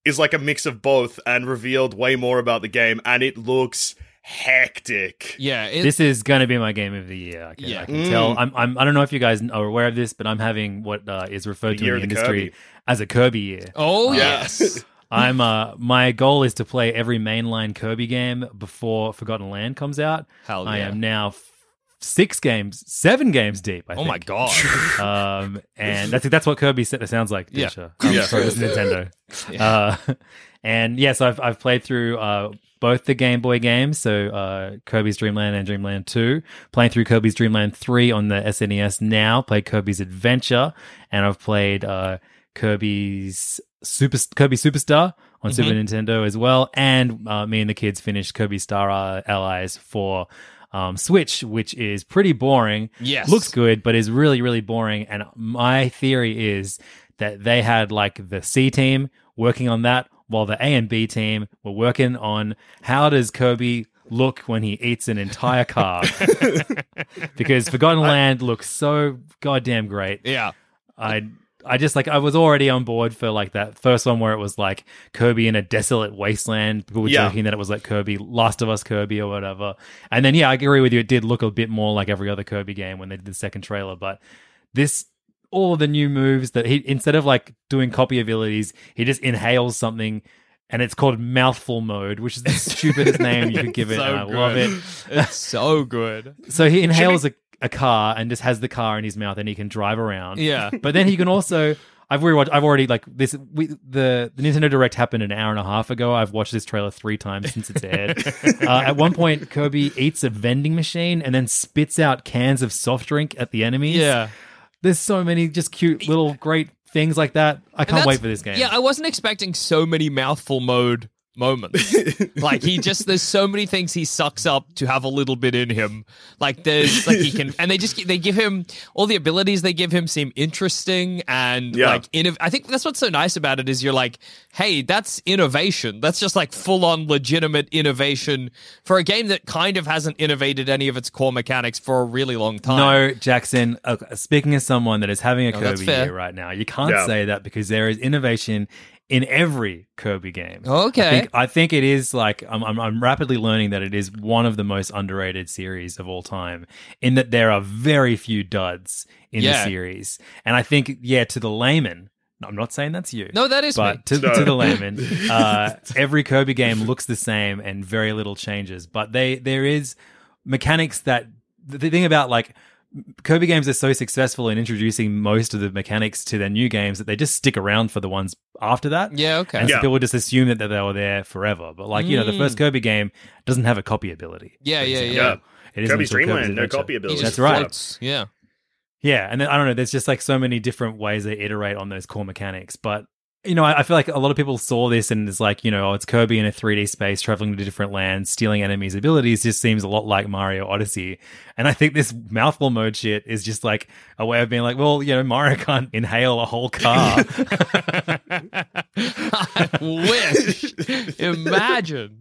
S4: is like a mix of both and revealed way more about the game and it looks hectic.
S3: Yeah. It,
S6: this is gonna be my game of the year. I can,
S3: Yeah.
S6: I can
S4: Mm.
S6: tell. I'm, I'm. I don't know if you guys are aware of this, but I'm having what uh, is referred
S4: The
S6: to
S4: year
S6: in the
S4: of the
S6: industry
S4: Kirby.
S6: as a Kirby year.
S3: oh,
S4: Yeah.
S3: yes.
S6: I'm. Uh, my goal is to play every mainline Kirby game before Forgotten Land comes out.
S3: Hell
S6: I
S3: yeah.
S6: am now f- six games, seven games deep. I
S3: oh, my
S6: think.
S3: God.
S6: Um, and that's that's what Kirby sa- sounds like.
S3: Yeah.
S6: Disha. Um,
S4: Yeah.
S6: sorry, this is Nintendo. Uh, and yes, I've I've played through uh, both the Game Boy games, so uh, Kirby's Dream Land and Dream Land Two. Playing through Kirby's Dream Land Three on the SNES now. Played Kirby's Adventure, and I've played uh, Kirby's Super Kirby Superstar
S3: Mm-hmm.
S6: on Super Nintendo as well. And uh, me and the kids finished Kirby Star Al- Allies for. Um, Switch, which is pretty boring.
S3: Yes.
S6: looks good, but is really, really boring. And my theory is that they had like the C team working on that while the A and B team were working on how does Kirby look when he eats an entire car? because Forgotten Land looks so goddamn great.
S3: Yeah.
S6: I I just like I was already on board for like that first one where it was like Kirby in a desolate wasteland. People were
S4: Yeah.
S6: joking that it was like Kirby, Last of Us Kirby or whatever. And then yeah, I agree with you. It did look a bit more like every other Kirby game when they did the second trailer, but this all of the new moves that he instead of like doing copy abilities, he just inhales something. And it's called mouthful mode, which is the stupidest name you could give it.
S3: So
S6: and I love
S3: good.
S6: it.
S3: It's so good.
S6: So he inhales a, a car and just has the car in his mouth and he can drive around.
S3: Yeah.
S6: But then he can also. I've already watched, I've already like this. We, the the Nintendo Direct happened an hour and a half ago. I've watched this trailer three times since it's aired. uh, at one point, Kirby eats a vending machine and then spits out cans of soft drink at the enemies.
S3: Yeah.
S6: there's so many just cute little great things like that. I can't
S3: That's-
S6: wait for this game.
S3: Yeah, I wasn't expecting so many mouthful mode moments. like he just there's so many things he sucks up to have a little bit in him. Like there's like he can and they just they give him all the abilities they give him seem interesting and
S4: Yeah.
S3: like innov- I think that's what's so nice about it is you're like, "Hey, that's innovation. That's just like full-on legitimate innovation for a game that kind of hasn't innovated any of its core mechanics for a really long time."
S6: No, Jackson. Uh, speaking as someone that is having a
S3: No, that's
S6: Kirby
S3: fair.
S6: year right now, you can't
S4: Yeah.
S6: say that because there is innovation in every Kirby game.
S3: Okay.
S6: I think, I think it is like I'm, I'm. I'm rapidly learning that it is one of the most underrated series of all time. In that there are very few duds in
S3: Yeah.
S6: the series, and I think yeah, to the layman. I'm not saying that's you.
S3: No, that is me.
S6: but to,
S4: No.
S6: to the layman, uh, every Kirby game looks the same and very little changes. But they there is mechanics that the thing about like Kirby games are so successful in introducing most of the mechanics to their new games that they just stick around for the ones after that.
S3: Yeah, okay.
S6: And so
S4: Yeah.
S6: people just assume that, that they were there forever. But like you know, the
S3: Mm.
S6: first Kirby game doesn't have a copy ability.
S3: Yeah,
S6: for
S3: yeah,
S6: example.
S4: yeah.
S6: It isn't
S4: Kirby's
S6: until
S4: Dreamland, no
S6: Adventure.
S4: copy ability.
S3: He
S6: That's
S3: just
S6: right.
S3: floats. Yeah.
S6: Yeah, and then, I don't know. There's just like so many different ways they iterate on those core mechanics, but you know, I, I feel like a lot of people saw this and it's like, you know, oh, it's Kirby in a 3D space traveling to different lands, stealing enemies' abilities. Just seems a lot like Mario Odyssey, and I think this mouthful mode shit is just like a way of being like, well, you know, Mario can't inhale a whole car.
S3: I wish. Imagine.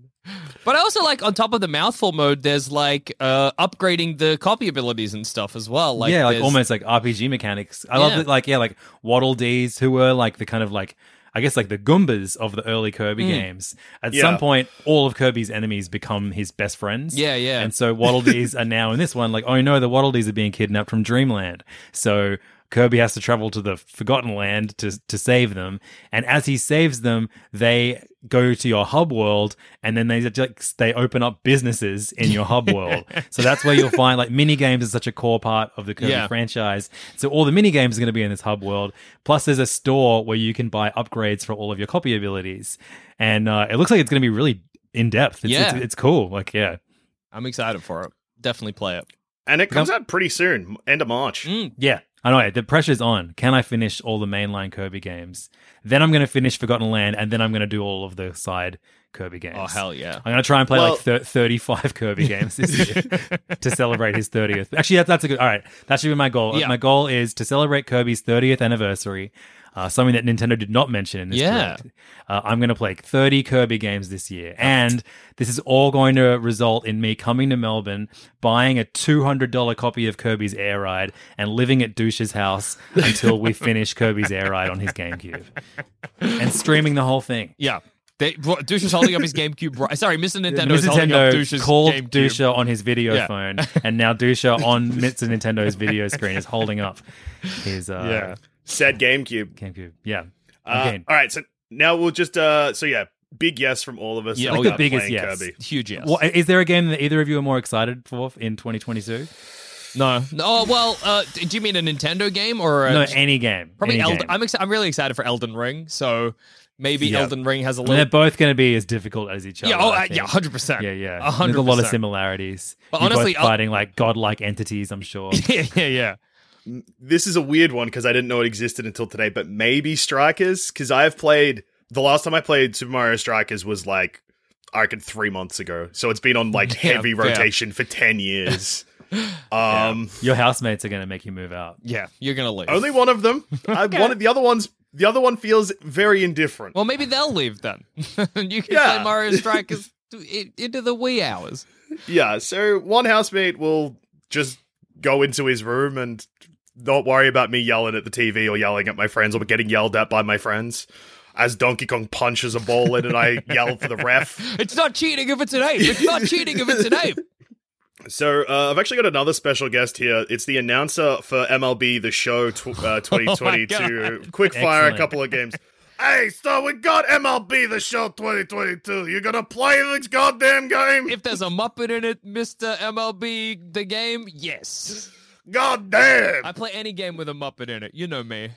S3: But I also like on top of the mouthful mode, there's like uh, upgrading the copy abilities and stuff as well. Like
S6: yeah, like
S3: there's-
S6: almost like RPG mechanics. I
S3: Yeah.
S6: love it. Like yeah, like Waddle Dees, who were like the kind of like I guess like the Goombas of the early Kirby
S3: Hmm.
S6: games. At
S4: Yeah.
S6: some point, all of Kirby's enemies become his best friends.
S3: Yeah, yeah.
S6: And so Waddle Dees are now in this one like, oh no, the Waddle Dees are being kidnapped from Dreamland. So Kirby has to travel to the Forgotten Land to to save them, and as he saves them, they go to your hub world, and then they like, they open up businesses in your hub world. So that's where you'll find like mini games is such a core part of the Kirby
S3: Yeah.
S6: franchise. So all the mini games are going to be in this hub world. Plus, there's a store where you can buy upgrades for all of your copy abilities, and uh, it looks like it's going to be really in depth. It's,
S3: Yeah.
S6: it's, it's cool. Like yeah,
S3: I'm excited for it. Definitely play it.
S4: And it comes out pretty soon, end of March.
S6: Yeah. I know the pressure's on. Can I finish all the mainline Kirby games? Then I'm going to finish Forgotten Land, and then I'm going to do all of the side Kirby games.
S3: Oh hell yeah!
S6: I'm going to try and play
S4: Well-
S6: like thir- 35 Kirby games this year to celebrate his 30th. Actually, that, that's a good. All right, that should be my goal.
S3: Yeah.
S6: My goal is to celebrate Kirby's 30th anniversary. Uh, something that Nintendo did not mention in this.
S3: Yeah.
S6: direct. Uh, I'm going to play 30 Kirby games this year, and this is all going to result in me coming to Melbourne, buying a $200 copy of Kirby's Air Ride, and living at Douche's house until we finish Kirby's Air Ride on his GameCube, and streaming the whole thing.
S3: Yeah, they, bro, Douche is holding up his GameCube. Right, sorry, Mr. Nintendo is
S6: Mr.
S3: holding up
S6: Nintendo
S3: Douche's
S6: called
S3: GameCube.
S6: Dusha on his video
S3: Yeah.
S6: phone, and now Dusha on Mr. Nintendo's video screen is holding up his uh,
S3: Yeah.
S4: Said GameCube.
S6: GameCube. Yeah,
S4: Uh,
S6: again,
S4: All right, so now we'll just uh so yeah, big yes from all of us.
S3: Yeah,
S4: about
S3: like the
S6: biggest
S4: playing
S6: yes.
S4: Kirby.
S3: Huge yes.
S6: What- is there a game that either of you are more excited for in 2022?
S3: No. no. Oh well. Uh, d- do you mean a Nintendo game or a,
S6: No, any game.
S3: probably
S6: any
S3: Elden?
S6: game.
S3: I'm exci- I'm really excited for Elden Ring. So maybe
S4: Yeah.
S3: Elden Ring has a
S6: And
S3: little
S6: they're both going to be as difficult as each other.
S3: Yeah, oh,
S6: I
S3: uh, yeah,
S6: think.
S3: 100%.
S6: Yeah, yeah. There's
S3: 100%.
S6: a lot of similarities.
S3: But
S6: You're
S3: honestly,
S6: both
S3: I'll-
S6: fighting like godlike entities. I'm sure.
S3: yeah, yeah, yeah.
S4: This is a weird one because I didn't know it existed until today, but maybe Strikers because I have played the last time I played Super Mario Strikers was like I reckon three months ago, so it's been on like
S3: Yeah,
S4: heavy
S3: fair.
S4: rotation for ten years. um,
S6: Your housemates are going to make you move out.
S3: Yeah, you're gonna leave.
S4: only one of them. I wanted the other ones. The other one feels very indifferent.
S3: well, maybe they'll leave then. you can play
S4: Yeah.
S3: Mario Strikers to- i- into the wee hours.
S4: Yeah, so one housemate will just go into his room and not worry about me yelling at the TV or yelling at my friends or getting yelled at by my friends. As Donkey Kong punches a ball in and I yell for the ref.
S3: It's not cheating if it's an ape. It's not cheating if it's an ape.
S4: So uh, I've actually got another special guest here. It's the announcer for MLB The Show
S3: Oh
S4: tw- uh, 2022. Quick fire
S6: Excellent.
S4: a couple of games. hey, so we got MLB The Show 2022. You gonna play this goddamn game?
S3: If there's a Muppet in it, Mr. MLB, the game, yes.
S4: Goddamn!
S3: I play any game with a Muppet in it. You know me.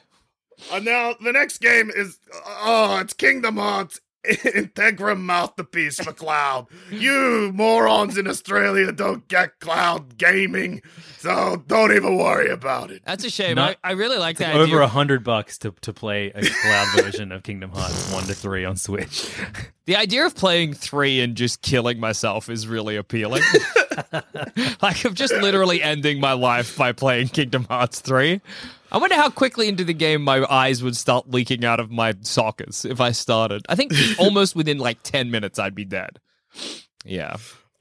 S4: And Uh, now the next game is oh, it's Kingdom Hearts Integra Mouthpiece for Cloud. You morons in Australia don't get cloud gaming, so don't even worry about it.
S3: That's a shame.
S6: Not-
S3: I, I really like that
S6: Over
S3: idea.
S6: a hundred bucks to, to play a cloud version of Kingdom Hearts one to three on Switch.
S3: The idea of playing three and just killing myself is really appealing. like I'm just literally ending my life by playing Kingdom Hearts three. I wonder how quickly into the game my eyes would start leaking out of my sockets if I started. I think almost within like ten minutes I'd be dead. Yeah.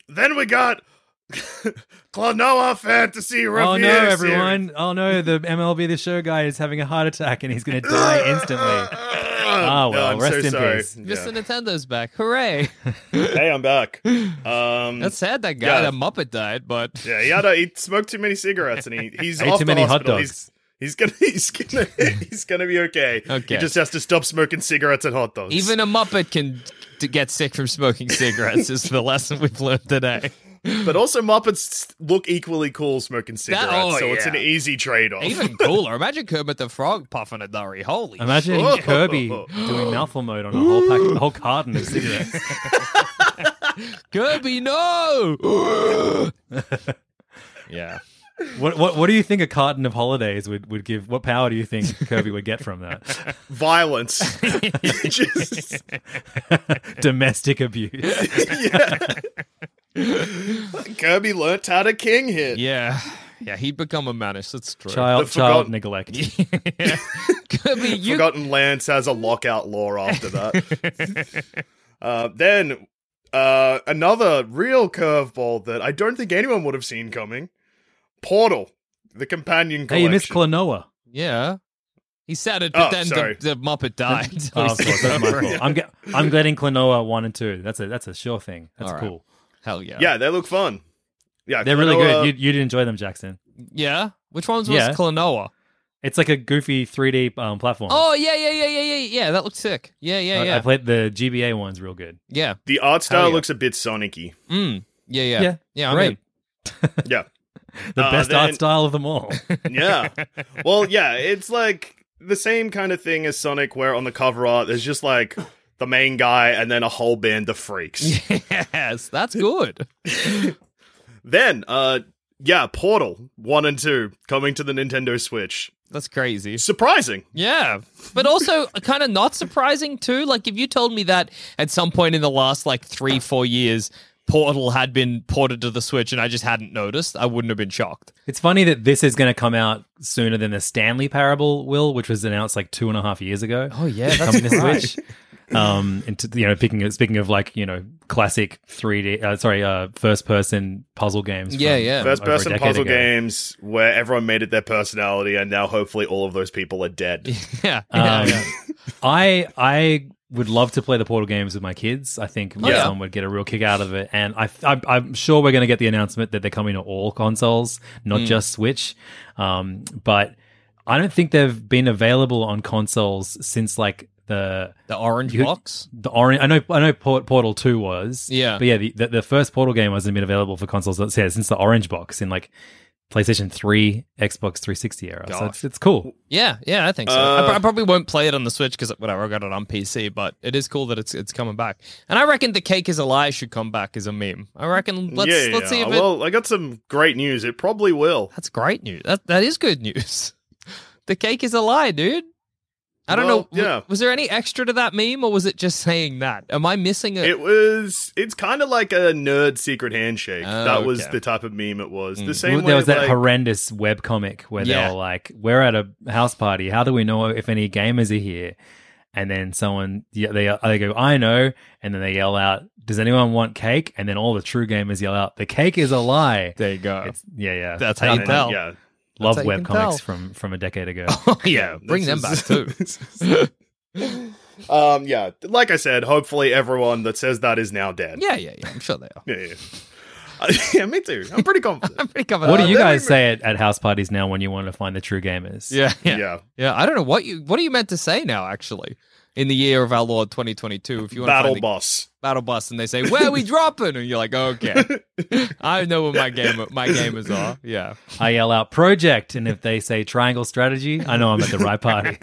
S4: Then we got Klonoa Fantasy Review.
S6: oh no,
S4: Series.
S6: everyone! Oh no, the MLB The Show guy is having a heart attack and he's going to die instantly.
S4: Ah,
S6: well,
S4: I'm
S6: rest
S4: so
S6: in
S4: sorry.
S6: peace.
S4: Yeah.
S3: Mr. Nintendo's back. Hooray.
S4: Hey, I'm back. Um,
S3: That's sad that guy,
S4: Yeah.
S3: that Muppet died, but
S4: yeah, he had a, he smoked too many cigarettes and he, he's
S6: Ate
S4: off
S6: too
S4: the
S6: many hot
S4: hospital.
S6: dogs.
S4: He's, he's gonna he's gonna he's gonna be okay.
S3: Okay.
S4: He just has to stop smoking cigarettes and hot dogs.
S3: even a Muppet can t- get sick from smoking cigarettes is the lesson we've learned today.
S4: But also, Muppets look equally cool smoking cigarettes,
S3: oh,
S4: so it's
S3: yeah.
S4: an easy trade off.
S3: Even cooler. Imagine Kermit the Frog puffing a durry. Holy
S6: Imagine
S4: Whoa.
S6: Kirby doing mouthful mode on a whole pack, a whole carton of cigarettes.
S3: Kirby, no! yeah.
S6: What, what what do you think a carton of holidays would, would give? What power do you think Kirby would get from that?
S4: Violence. Just-
S6: Domestic abuse.
S4: yeah. Kirby learnt how to king hit.
S3: Yeah. Yeah, he'd become a menace. That's true.
S6: Child,
S4: The
S6: child
S4: forgotten-
S6: neglect.
S3: Kirby, you.
S4: Forgotten Lance has a lockout law after that. uh, then uh, another real curveball that I don't think anyone would have seen coming Portal, the companion
S6: Hey,
S4: collection.
S6: you missed Klonoa.
S3: Yeah. He said it, but
S4: Oh,
S3: then
S4: sorry.
S3: the, the Muppet died.
S6: Oh, of course, that's my fault. I'm, get, I'm getting Klonoa one and two. That's a that's a sure thing. That's
S3: All right.
S6: cool.
S3: Hell yeah.
S4: Yeah, they look fun. Yeah,
S6: They're really
S4: Klonoa-
S6: good. You, you'd enjoy them, Jackson.
S3: Yeah? Which ones was
S6: Yeah.
S3: Klonoa?
S6: It's like a goofy 3D um, platform.
S3: Oh, yeah, yeah, yeah, yeah, yeah. Yeah, that looked sick. Yeah, yeah,
S6: I-
S3: yeah.
S6: I played the GBA one's real good.
S3: yeah.
S4: The art style
S3: yeah.
S4: looks a bit Sonic y.
S3: Mm. Yeah, yeah.
S6: Yeah,
S3: yeah I'm
S6: great.
S3: in.
S4: Yeah.
S6: The
S4: Uh,
S6: best
S4: then-
S6: art style of them all.
S4: yeah. Well, yeah, it's like the same kind of thing as Sonic, where on the cover art there's just like the main guy and then a whole band of freaks.
S3: Yes, that's good.
S4: then, uh, yeah, Portal one and two coming to the Nintendo Switch.
S3: That's crazy.
S4: Surprising.
S3: Yeah, but also kind of not surprising too. Like if you told me that at some point in the last like three, four years, Portal had been ported to the Switch and I just hadn't noticed, I wouldn't have been shocked.
S6: It's funny that this is going to come out sooner than the Stanley Parable will, which was announced like two and a half years ago.
S3: Oh, yeah, that's
S6: coming to
S3: right.
S6: Switch. Um, and to, you know, picking speaking of like you know classic three D, uh, sorry, uh, first person puzzle games.
S3: Yeah,
S6: from-
S3: yeah.
S6: from
S4: First
S6: over a
S4: person
S6: decade
S4: puzzle
S6: ago.
S4: games where everyone made it their personality, and now hopefully all of those people are dead.
S3: Yeah, yeah,
S6: Um,
S3: yeah.
S6: I I would love to play the Portal games with my kids. I think my
S4: Yeah.
S6: son would get a real kick out of it, and I, I I'm sure we're going to get the announcement that they're coming to all consoles, not just Switch. Um, but I don't think they've been available on consoles since like the
S3: the orange
S6: You-
S3: box.
S6: the orange. I know I know Port- Portal Two was
S3: Yeah.
S6: but yeah, the, the, the first Portal game hasn't been available for consoles let's say, since the orange box in like. PlayStation 3, Xbox 360 era. So it's, it's cool.
S3: Yeah, yeah, I think so. I,
S4: Uh,
S3: pro- I probably won't play it on the Switch because whatever, I got it on PC. But it is cool that it's it's coming back. And I reckon the cake is a lie should come back as a meme. I reckon let's
S4: yeah,
S3: let's
S4: yeah.
S3: see if it,
S4: Well, I got some great news. It probably will.
S3: That's great news. That that is good news. The cake is a lie, dude. I don't
S4: Well,
S3: know. w-
S4: yeah.
S3: Was there any extra to that meme, or was it just saying that? Am I missing it?
S4: It was. It's kind of like a nerd secret handshake.
S3: Oh,
S4: that was
S3: okay. Mm.
S4: the type of meme it was. The
S6: There
S4: same way
S6: was that
S4: like-
S6: horrendous webcomic where
S3: Yeah.
S6: they were like, we're at a house party. How do we know if any gamers are here? And then someone, yeah, they, they go, I know. And then they yell out, does anyone want cake? And then all the true gamers yell out, the cake is a lie.
S3: there you go.
S6: It's- yeah, yeah.
S3: Uh, That's how you
S4: and,
S3: tell.
S4: Yeah.
S6: Love
S3: how you can tell.
S6: webcomics from from a decade ago.
S3: Oh, yeah, bring them back
S4: this
S3: too.
S4: is- um, yeah, like I said, hopefully everyone that says that is now dead.
S3: yeah, yeah, yeah. I'm sure they are.
S4: yeah, yeah. Uh, yeah me too. I'm pretty confident.
S3: I'm pretty covered.
S6: what do
S3: up.
S6: you guys say at, at house parties now when you want to find the true gamers?
S3: Yeah, yeah, yeah,
S4: yeah.
S3: I don't know what you what are you meant to say now. Actually, in the year of our Lord 2022, if you want
S4: Battle
S3: to find the
S4: boss.
S3: battle bus and they say where are we dropping, and you're like, okay, I know where my game my gamers are. Yeah,
S6: I yell out project, and if they say triangle strategy, I know I'm at the right party.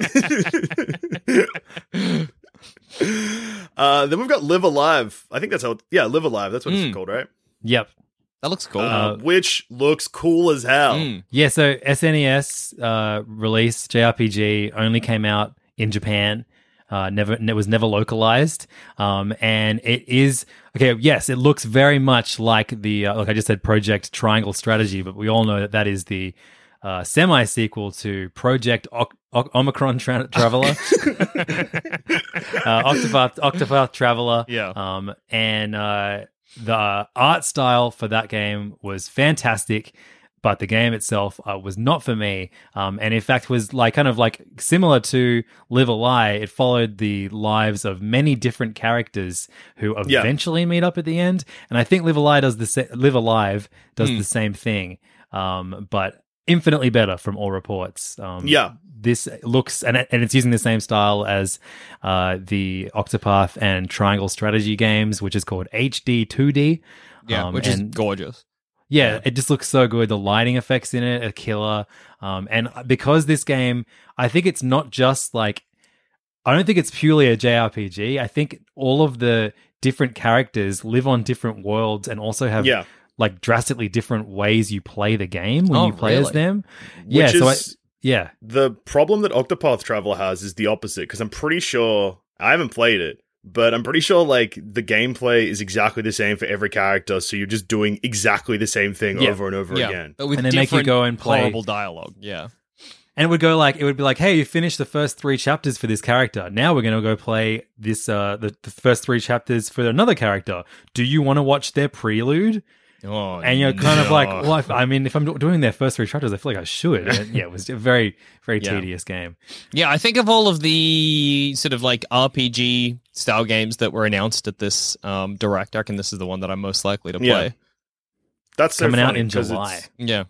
S4: Uh, then we've got Live Alive. I think that's how. Yeah, Live Alive. That's what
S3: Mm.
S4: it's called, right?
S6: yep.
S3: that looks cool.
S4: Uh, which looks cool as hell.
S3: Mm.
S6: Yeah. So SNES uh, release JRPG only came out in Japan. Uh, never, it was never localized, um, and it is okay. Yes, it looks very much like the uh, like I just said, Project Triangle Strategy, but we all know that that is the uh, semi sequel to Project Oc- Oc- Omicron Tra- Traveler, uh, Octopath Octopath Traveler.
S3: Yeah.
S6: Um, and uh, the art style for that game was fantastic, but the game itself uh, was not for me. Um, and in fact, was like kind of like similar to Live a Lie. It followed the lives of many different characters who
S4: Yeah.
S6: eventually meet up at the end. And I think Live a Lie does the sa- Live Alive
S4: Hmm.
S6: does the same thing, um, but infinitely better from all reports. Um,
S4: Yeah.
S6: this looks and, it- and it's using the same style as uh, the Octopath and Triangle Strategy games, which is called HD 2D.
S3: yeah,
S6: Um,
S3: which is
S6: and-
S3: gorgeous.
S6: yeah, it just looks so good. The lighting effects in it are killer. Um, and because this game, I think it's not just like, I don't think it's purely a JRPG. I think all of the different characters live on different worlds and also have
S4: Yeah.
S6: like drastically different ways you play the game when
S3: Oh,
S6: you play as
S3: really?
S6: them.
S4: Which
S6: yeah,
S4: is
S6: so I, yeah.
S4: the problem that Octopath Traveler has is the opposite because I'm pretty sure I haven't played it, but I'm pretty sure like the gameplay is exactly the same for every character, so you're just doing exactly the same thing
S6: Yeah.
S4: over and over
S3: Yeah,
S4: again.
S3: but with
S6: And they make you
S3: different
S6: go and play-
S3: horrible dialogue. Yeah,
S6: And it would go like it would be like, hey, you finished the first three chapters for this character. Now we're gonna go play this uh the, the first three chapters for another character. Do you want to watch their prelude?
S3: oh,
S6: And you're kind of
S3: no.
S6: like, well, if- I mean, if I'm do- doing their first three chapters, I feel like I should. And yeah, it was a very, very
S3: Yeah.
S6: tedious game.
S3: Yeah, I think of all of the sort of like RPG style games that were announced at this um, direct. I reckon this is the one that I'm most likely to
S4: Yeah.
S3: play.
S4: That's so
S6: Coming out
S4: funny
S6: in
S4: 'cause
S6: July.
S4: It's,
S3: Yeah.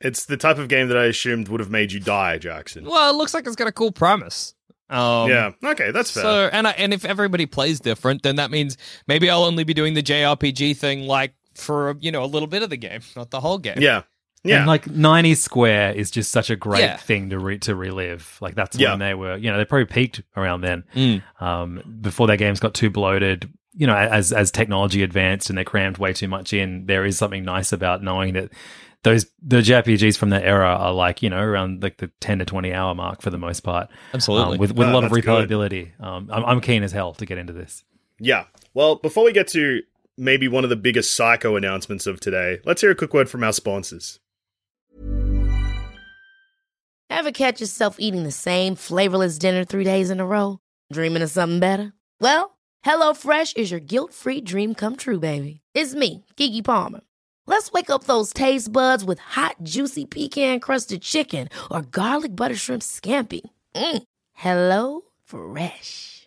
S4: it's the type of game that I assumed would have made you die, Jackson.
S3: Well, it looks like it's got a cool premise. Um,
S4: yeah. Okay, that's fair.
S3: So and I, and if everybody plays different, then that means maybe I'll only be doing the JRPG thing like for you know a little bit of the game, not the whole game.
S4: yeah. Yeah.
S6: And like 90 Square is just such a great
S3: Yeah.
S6: thing to re- to relive. Like that's
S4: Yeah.
S6: when they were, you know, they probably peaked around then.
S3: Mm.
S6: Um, before their games got too bloated, you know, as as technology advanced and they crammed way too much in, there is something nice about knowing that those the JRPGs from that era are like, you know, around like the 10 to 20 hour mark for the most part.
S3: Absolutely.
S6: Um, with with a
S4: Ah,
S6: lot of
S4: that's good.
S6: replayability. Um, I'm, I'm keen as hell to get into this.
S4: yeah. Well, before we get to maybe one of the biggest psycho announcements of today, let's hear a quick word from our sponsors.
S7: Ever catch yourself eating the same flavorless dinner three days in a row? Dreaming of something better? Well, HelloFresh is your guilt free dream come true, baby. It's me, Kiki Palmer. Let's wake up those taste buds with hot, juicy pecan crusted chicken or garlic butter shrimp scampi. Mm. Hello Fresh.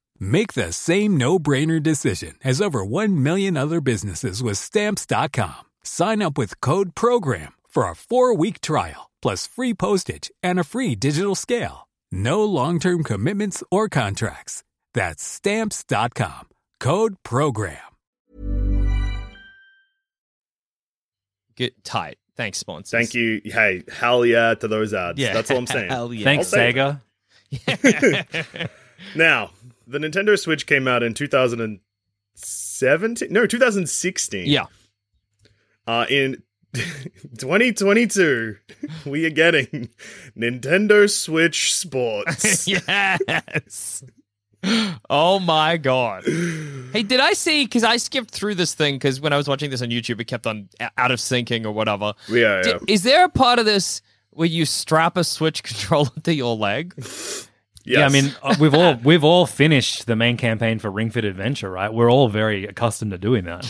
S8: Make the same no brainer decision as over 1 million other businesses with Stamps.com. Sign up with Code Program for a four week trial, plus free postage and a free digital scale. No long term commitments or contracts. That's stamps.com. Code program.
S3: Get tight. Thanks, sponsors.
S4: Thank you. Hey, hell yeah to those ads. That's all I'm saying.
S3: Hell yeah.
S6: Thanks,
S4: I'll say
S6: Sega.
S4: Now, the Nintendo Switch came out in 2017. No, 2016.
S3: Yeah.
S4: Uh, in 2022, we are getting Nintendo Switch Sports.
S3: yes. Oh my god. Hey, did I see? Because I skipped through this thing because when I was watching this on YouTube, it kept on o- out of syncing or whatever.
S4: Yeah,
S3: Di-
S4: yeah.
S3: is there a part of this where you strap a Switch controller to your leg?
S6: Yeah, I
S4: Yes.
S6: mean, uh, we've all we've all finished the main campaign for Ring Fit Adventure, right? We're all very accustomed to doing that.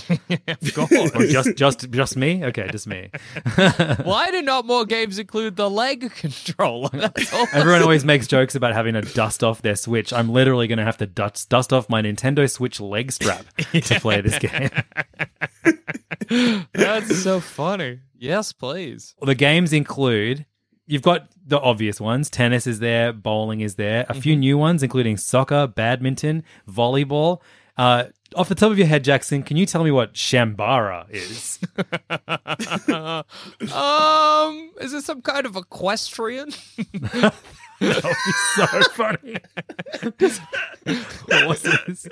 S3: of course.
S6: Or just just just me? Okay, just me.
S3: Why do not more games include the leg controller? That's all.
S6: Everyone always makes jokes about having to dust off their Switch. I'm literally going to have to dust dust off my Nintendo Switch leg strap to play this game.
S3: That's so funny. Yes, please.
S6: Well, the games include you've got the obvious ones tennis is there bowling is there a
S4: Mm-hmm.
S6: few new ones including soccer badminton volleyball uh, off the top of your head jackson can you tell me what shambara is
S3: um, is this some kind of equestrian?
S6: so funny what was this?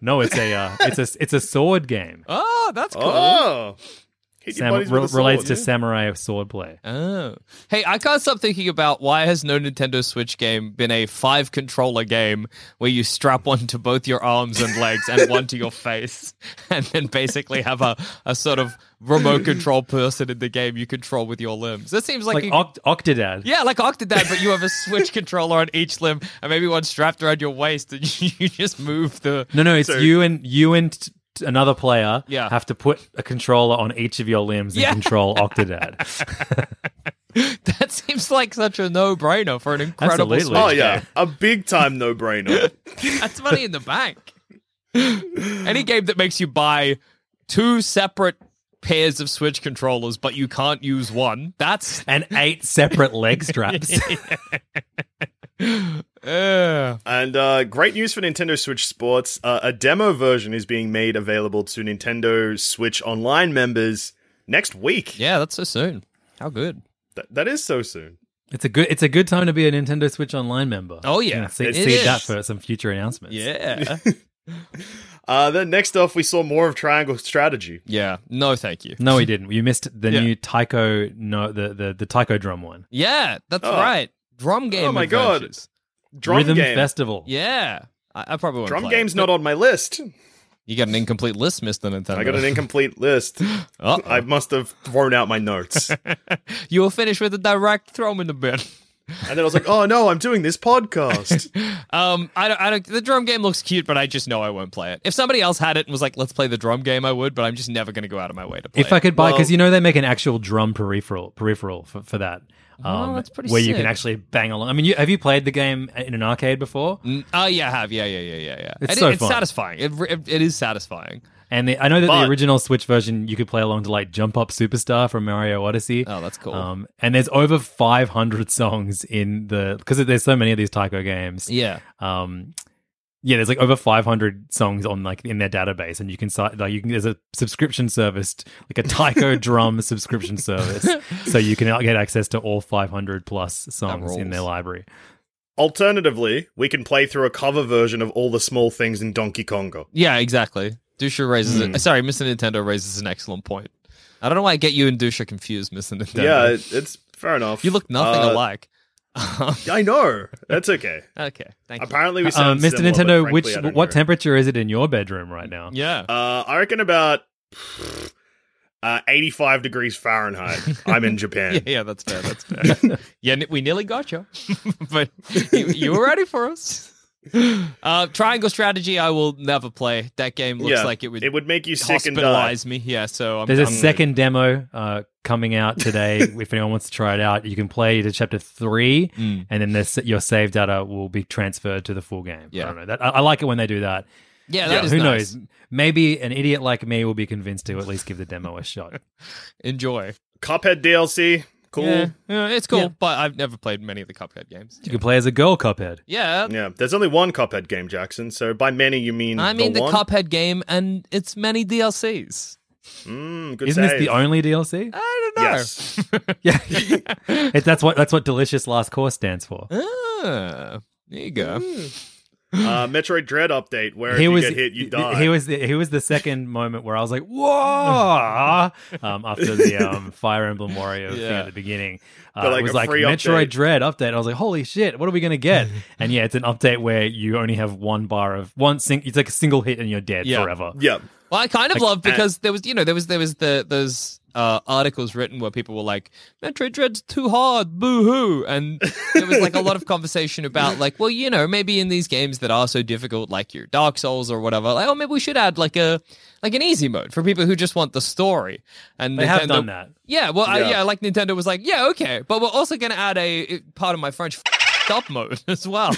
S6: no it's a uh, it's a it's a sword game
S3: Oh, that's cool.
S4: oh. Hit your
S6: Sam-
S4: buddies with
S6: re-
S4: a sword.
S6: relates to samurai sword play
S3: Oh. Hey, I can't stop thinking about why has no Nintendo Switch game been a five controller game where you strap one to both your arms and legs and one to your face and then basically have a, a sort of remote control person in the game you control with your limbs. That seems like,
S6: like
S3: you-
S6: Oct- octodad
S3: yeah, like Octodad, but you have a Switch controller on each limb and maybe one strapped around your waist and you just move the
S6: No, no, it's you and you and t- t- another player
S3: Yeah.
S6: have to put a controller on each of your limbs and
S3: Yeah.
S6: control Octodad.
S3: That seems like such a no-brainer for an incredible
S6: Absolutely.
S4: Oh,
S3: Switch game.
S4: yeah. A big time no brainer.
S3: That's money in the bank. Any game that makes you buy two separate pairs of Switch controllers, but you can't use one, that's.
S6: and eight separate leg straps.
S3: Uh,
S4: And uh, great news for Nintendo Switch Sports. Uh, a demo version is being made available to Nintendo Switch Online members next week.
S3: yeah, that's so soon. How good.
S4: Th- that is so soon.
S6: it's a good it's a good time to be a Nintendo Switch Online member.
S3: Oh, yeah.
S6: You can see,
S3: It
S6: see
S3: is.
S6: that for some future announcements.
S3: Yeah.
S4: Uh, then next off, we saw more of Triangle Strategy.
S3: yeah. No, thank you.
S6: No, we didn't. You missed the
S3: Yeah.
S6: new Taiko no the, the the Taiko drum one.
S3: Yeah, that's
S4: Oh.
S3: right. Drum game.
S4: my God.
S3: adventures.
S4: Drum
S6: Rhythm
S4: game.
S6: Festival.
S3: Yeah. I, I probably won't
S4: Drum
S3: play
S4: game's
S3: it.
S4: not on my list.
S3: You got an incomplete list, Mister Nintendo.
S4: I got an incomplete list.
S3: Uh-oh.
S4: I must have thrown out my notes. and
S3: you were finished with a direct throw 'em in the bin.
S4: then I was like, oh no, I'm doing this podcast.
S3: Um, I don't, I don't. The drum game looks cute, but I just know I won't play it. If somebody else had it and was like, "Let's play the drum game," I would, but I'm just never going to go out of my way to play.
S6: If I
S3: it.
S6: could buy, because
S4: Well-
S6: you know they make an actual drum peripheral peripheral for, for that, um,
S3: Oh, that's pretty
S6: where you
S3: sick.
S6: can actually bang along. I mean, you, have you played the game in an arcade before?
S3: Mm, Oh yeah, I have yeah, yeah, yeah, yeah, yeah.
S6: It's
S3: It-
S6: so
S3: it's
S6: fun.
S3: satisfying. It, re- it, it is satisfying.
S6: And the, I know that
S4: But-
S6: the original Switch version, you could play along to like Jump Up Superstar from Mario Odyssey.
S3: Oh, that's cool.
S6: Um, and there's over 500 songs in the because there's so many of these taiko games.
S3: Yeah,
S6: Um, yeah, there's like over 500 songs on like in their database, and you can si- like you can there's a subscription service, like a taiko drum subscription service, so you can get access to all 500 plus songs in their
S3: rules.
S6: library.
S4: Alternatively, we can play through a cover version of all the small things in Donkey Konga.
S3: yeah, exactly. Dusha raises
S6: Hmm.
S3: it. Sorry, Mister Nintendo raises an excellent point. I don't know why I get you and Dusha confused, Mister Nintendo.
S4: Yeah, it, it's fair enough.
S3: you look nothing
S4: Uh,
S3: alike.
S4: I know. That's okay.
S3: okay, thank you.
S4: Apparently, we
S6: Uh,
S4: sound
S6: Mr.
S4: similar, but
S6: Nintendo,
S4: frankly,
S6: which
S4: I don't
S6: what
S4: know.
S6: temperature is it in your bedroom right now?
S3: Yeah.
S4: Uh, I reckon about uh, 85 degrees Fahrenheit. I'm in Japan.
S3: yeah, yeah, that's fair. That's fair. yeah, n- we nearly got you, but you, you were ready for us. Uh, triangle strategy, I will never play. That game looks
S4: Yeah,
S3: like it would,
S4: it would make you sick and die.
S3: hospitalize me. Yeah, so I'm,
S6: There's a
S3: I'm-
S6: second demo uh, coming out today. if anyone wants to try it out, you can play to chapter three,
S3: Mm.
S6: and then the, your save data will be transferred to the full game. I
S3: Yeah.
S6: don't know. That, I, I like it when they do that.
S3: Yeah, that is
S6: Who
S3: nice.
S6: knows? Maybe an idiot like me will be convinced to at least give the demo a shot.
S3: Enjoy.
S4: Cuphead DLC. Cool.
S3: Yeah, yeah,
S4: Yeah.
S3: it's cool,
S6: Yeah.
S3: but I've never played many of the Cuphead games.
S6: You can play as a girl, Cuphead.
S3: Yeah,
S4: There's only one Cuphead game, Jackson. So by many, you mean
S3: I mean the,
S4: the one?
S3: Cuphead game and its many DLCs.
S4: Mm, good
S6: Isn't this
S4: save.
S6: the only DLC?
S3: I don't know.
S4: Yes.
S6: Yeah, It- that's what that's what delicious last course stands for.
S3: Ah, there you go.
S6: Hmm.
S4: uh, Metroid Dread update where if you get hit, you
S6: he-
S4: die.
S6: He was the, he was the second moment where I was like, "Whoa!" um, after the um, Fire Emblem Warrior thing
S3: Yeah.
S6: at the beginning, uh,
S4: But like
S6: it was
S4: a
S6: like
S4: free
S6: Metroid
S4: update.
S6: Dread update. I was like, "Holy shit! What are we gonna get?" and yeah, it's an update where you only have one bar of one. Sing- it's like a single hit and you're dead
S3: Yeah.
S6: forever.
S4: yeah.
S3: Well, I kind of love because there was, you know, there was there was the those uh, articles written where people were like, "Metroid Dread's too hard, boo hoo," and there was like a lot of conversation about like, well, you know, maybe in these games that are so difficult, like your Dark Souls or whatever, like, oh, maybe we should add like a like an easy mode for people who just want the story. And
S6: They have
S3: Nintendo-
S6: done that.
S3: Yeah, well, I-
S4: Yeah.
S3: yeah, like Nintendo was like, yeah, okay, but we're also going to add a it- part of my French stop mode as well.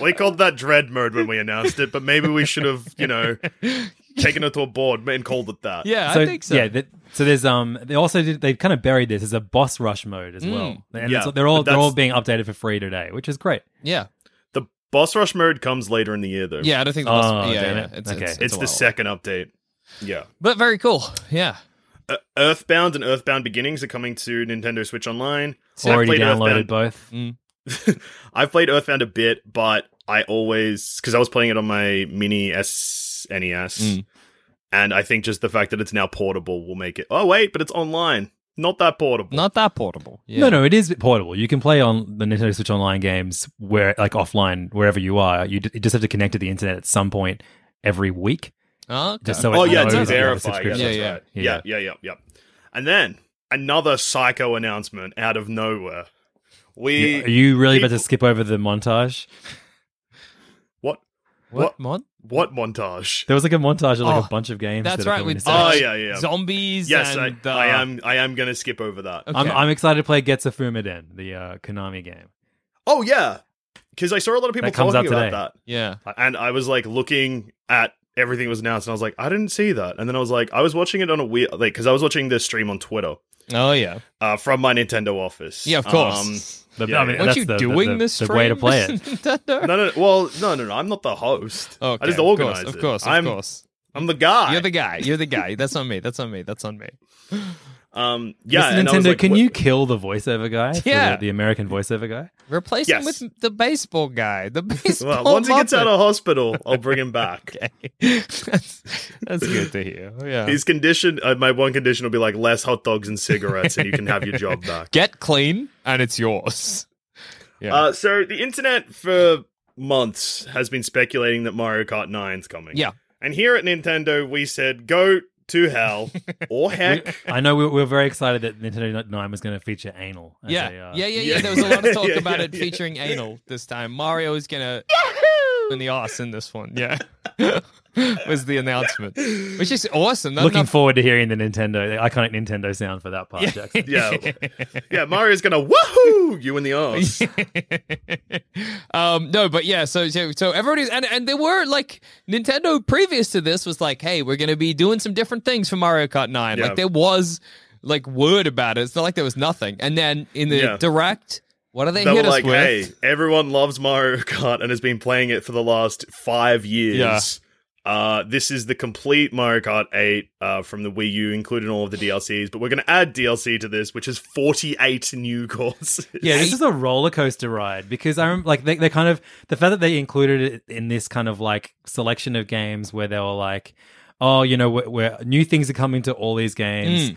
S4: We called that Dread mode when we announced it, but maybe we should have, you know, taken it to a board and called it that.
S3: yeah, I think so.
S6: Yeah, that, so there's um they also did, they kind of buried this as a boss rush mode as
S3: Mm.
S6: well, and
S4: Yeah,
S6: it's, they're all
S4: but
S6: they're
S4: that's-
S6: all being updated for free today, which is great.
S3: yeah.
S4: The boss rush mode comes later in the year, though.
S3: Yeah, I don't think the
S6: Oh,
S3: last. yeah,
S6: damn
S3: yeah,
S6: it.
S3: It's,
S6: Okay.
S3: it's,
S4: It's,
S3: a
S4: the
S3: while.
S4: second update. Yeah.
S3: but very cool. Yeah,
S4: Uh, Earthbound and Earthbound Beginnings are coming to Nintendo Switch Online. I've
S6: Already
S4: played
S6: downloaded
S4: Earthbound-
S6: both.
S4: I've played Earthbound a bit, but I always because I was playing it on my mini SNES,
S3: Mm.
S4: and I think just the fact that it's now portable will make it. Oh wait, but it's online, not that portable.
S3: not that portable. Yeah.
S6: No, no, it is portable. You can play on the Nintendo Switch Online games where, like, offline wherever you are. You, d- you just have to connect to the internet at some point every week,
S3: Oh, okay.
S6: just so
S4: oh
S6: it
S4: yeah,
S6: knows
S4: to
S6: that you have a
S4: verify. Yeah,
S6: subscription.
S4: that's
S3: Yeah,
S4: right. yeah, yeah, yeah, yeah. And then another psycho announcement out of nowhere. We
S6: You- Are you really about
S4: people-
S6: to skip over the montage?
S4: what
S3: what mon?
S4: what montage?
S6: There was like a montage of like
S3: Oh,
S6: a bunch of games.
S3: That's
S6: that are
S3: right.
S6: coming
S3: With
S6: to Switch.
S4: Oh,
S3: z-
S4: yeah, yeah.
S3: Zombies.
S4: Yes, I,
S3: and, uh,
S4: I am. I am going to skip over that.
S3: Okay.
S6: I'm, I'm excited to play Getsufuma Den, the uh, Konami game.
S4: Oh yeah, because I saw a lot of people
S6: That comes out
S4: talking about
S6: today.
S4: that.
S3: yeah.
S4: and I was like looking at everything that was announced, and I was like, I didn't see that. And then I was like, I was watching it on a weird like because I was watching this stream on Twitter
S3: Oh yeah.
S4: uh, from my Nintendo office.
S3: Yeah, of course.
S6: The-
S4: Yeah,
S6: I mean,
S4: Um, yeah.
S3: What
S6: that's
S3: you
S6: the, the-
S3: doing
S6: the-
S3: this
S6: the way to
S3: stream,
S6: play it.
S4: Um,
S3: Nintendo?
S4: no, no, well, no, no, no. I'm not the host.
S3: Okay,
S4: I just
S3: of
S4: organize
S3: course,
S4: it.
S3: Of course, of
S4: I'm,
S3: course.
S4: I'm the guy.
S3: You're the guy. You're the guy. That's on me. That's on me. That's on me.
S4: um, yeah.
S6: Listen,
S4: and I was
S6: Nintendo,
S4: like,
S6: can
S4: what-
S6: you kill the voiceover guy? for the-
S3: Yeah.
S6: the American voiceover guy.
S3: Replace him
S4: Yes.
S3: with the baseball guy. The baseball.
S4: Well, once he gets
S3: Muppet.
S4: out of hospital, I'll bring him back.
S3: that's, that's good to hear. Yeah.
S4: His condition, uh, my one condition will be like less hot dogs and cigarettes, and you can have your job back.
S3: Get clean, and it's yours. Yeah.
S4: Uh, so the internet for months has been speculating that Mario Kart 9's coming.
S3: Yeah.
S4: And here at Nintendo, we said go to hell or heck.
S6: I know we we we're very excited that Nintendo 9 was going to feature anal. as
S3: yeah.
S6: a, uh,
S3: yeah, yeah,
S4: yeah.
S3: yeah. There was a lot of talk
S4: Yeah, yeah,
S3: about it
S4: yeah.
S3: featuring anal this time. Mario is gonna in the arse in this one. Yeah, was the announcement, which is awesome. Not
S6: Looking
S3: enough-
S6: forward to hearing the Nintendo, the iconic Nintendo sound for that part, Jackson.
S4: Yeah. Yeah, Mario's gonna woohoo you in the arse.
S3: um, no, but yeah, so so, so everybody's and, and there were like Nintendo previous to this was like, hey, we're gonna be doing some different things for Mario Kart Nine.
S4: Yeah.
S3: Like there was like word about it. It's not like there was nothing. And then in the
S4: Yeah.
S3: direct, what are they,
S4: They were
S3: hit us
S4: like,
S3: with?
S4: hey, everyone loves Mario Kart and has been playing it for the last five years.
S3: Yeah.
S4: Uh, this is the complete Mario Kart 8 uh, from the Wii U, including all of the DLCs, but we're going to add DLC to this, which is 48 new courses.
S6: Yeah,
S3: Yeah,
S6: this
S3: the-
S6: is a roller coaster ride because I remember, like, they, they kind of, the fact that they included it in this kind of like selection of games where they were like, oh, you know, we're, we're, new things are coming to all these games.
S3: Mm.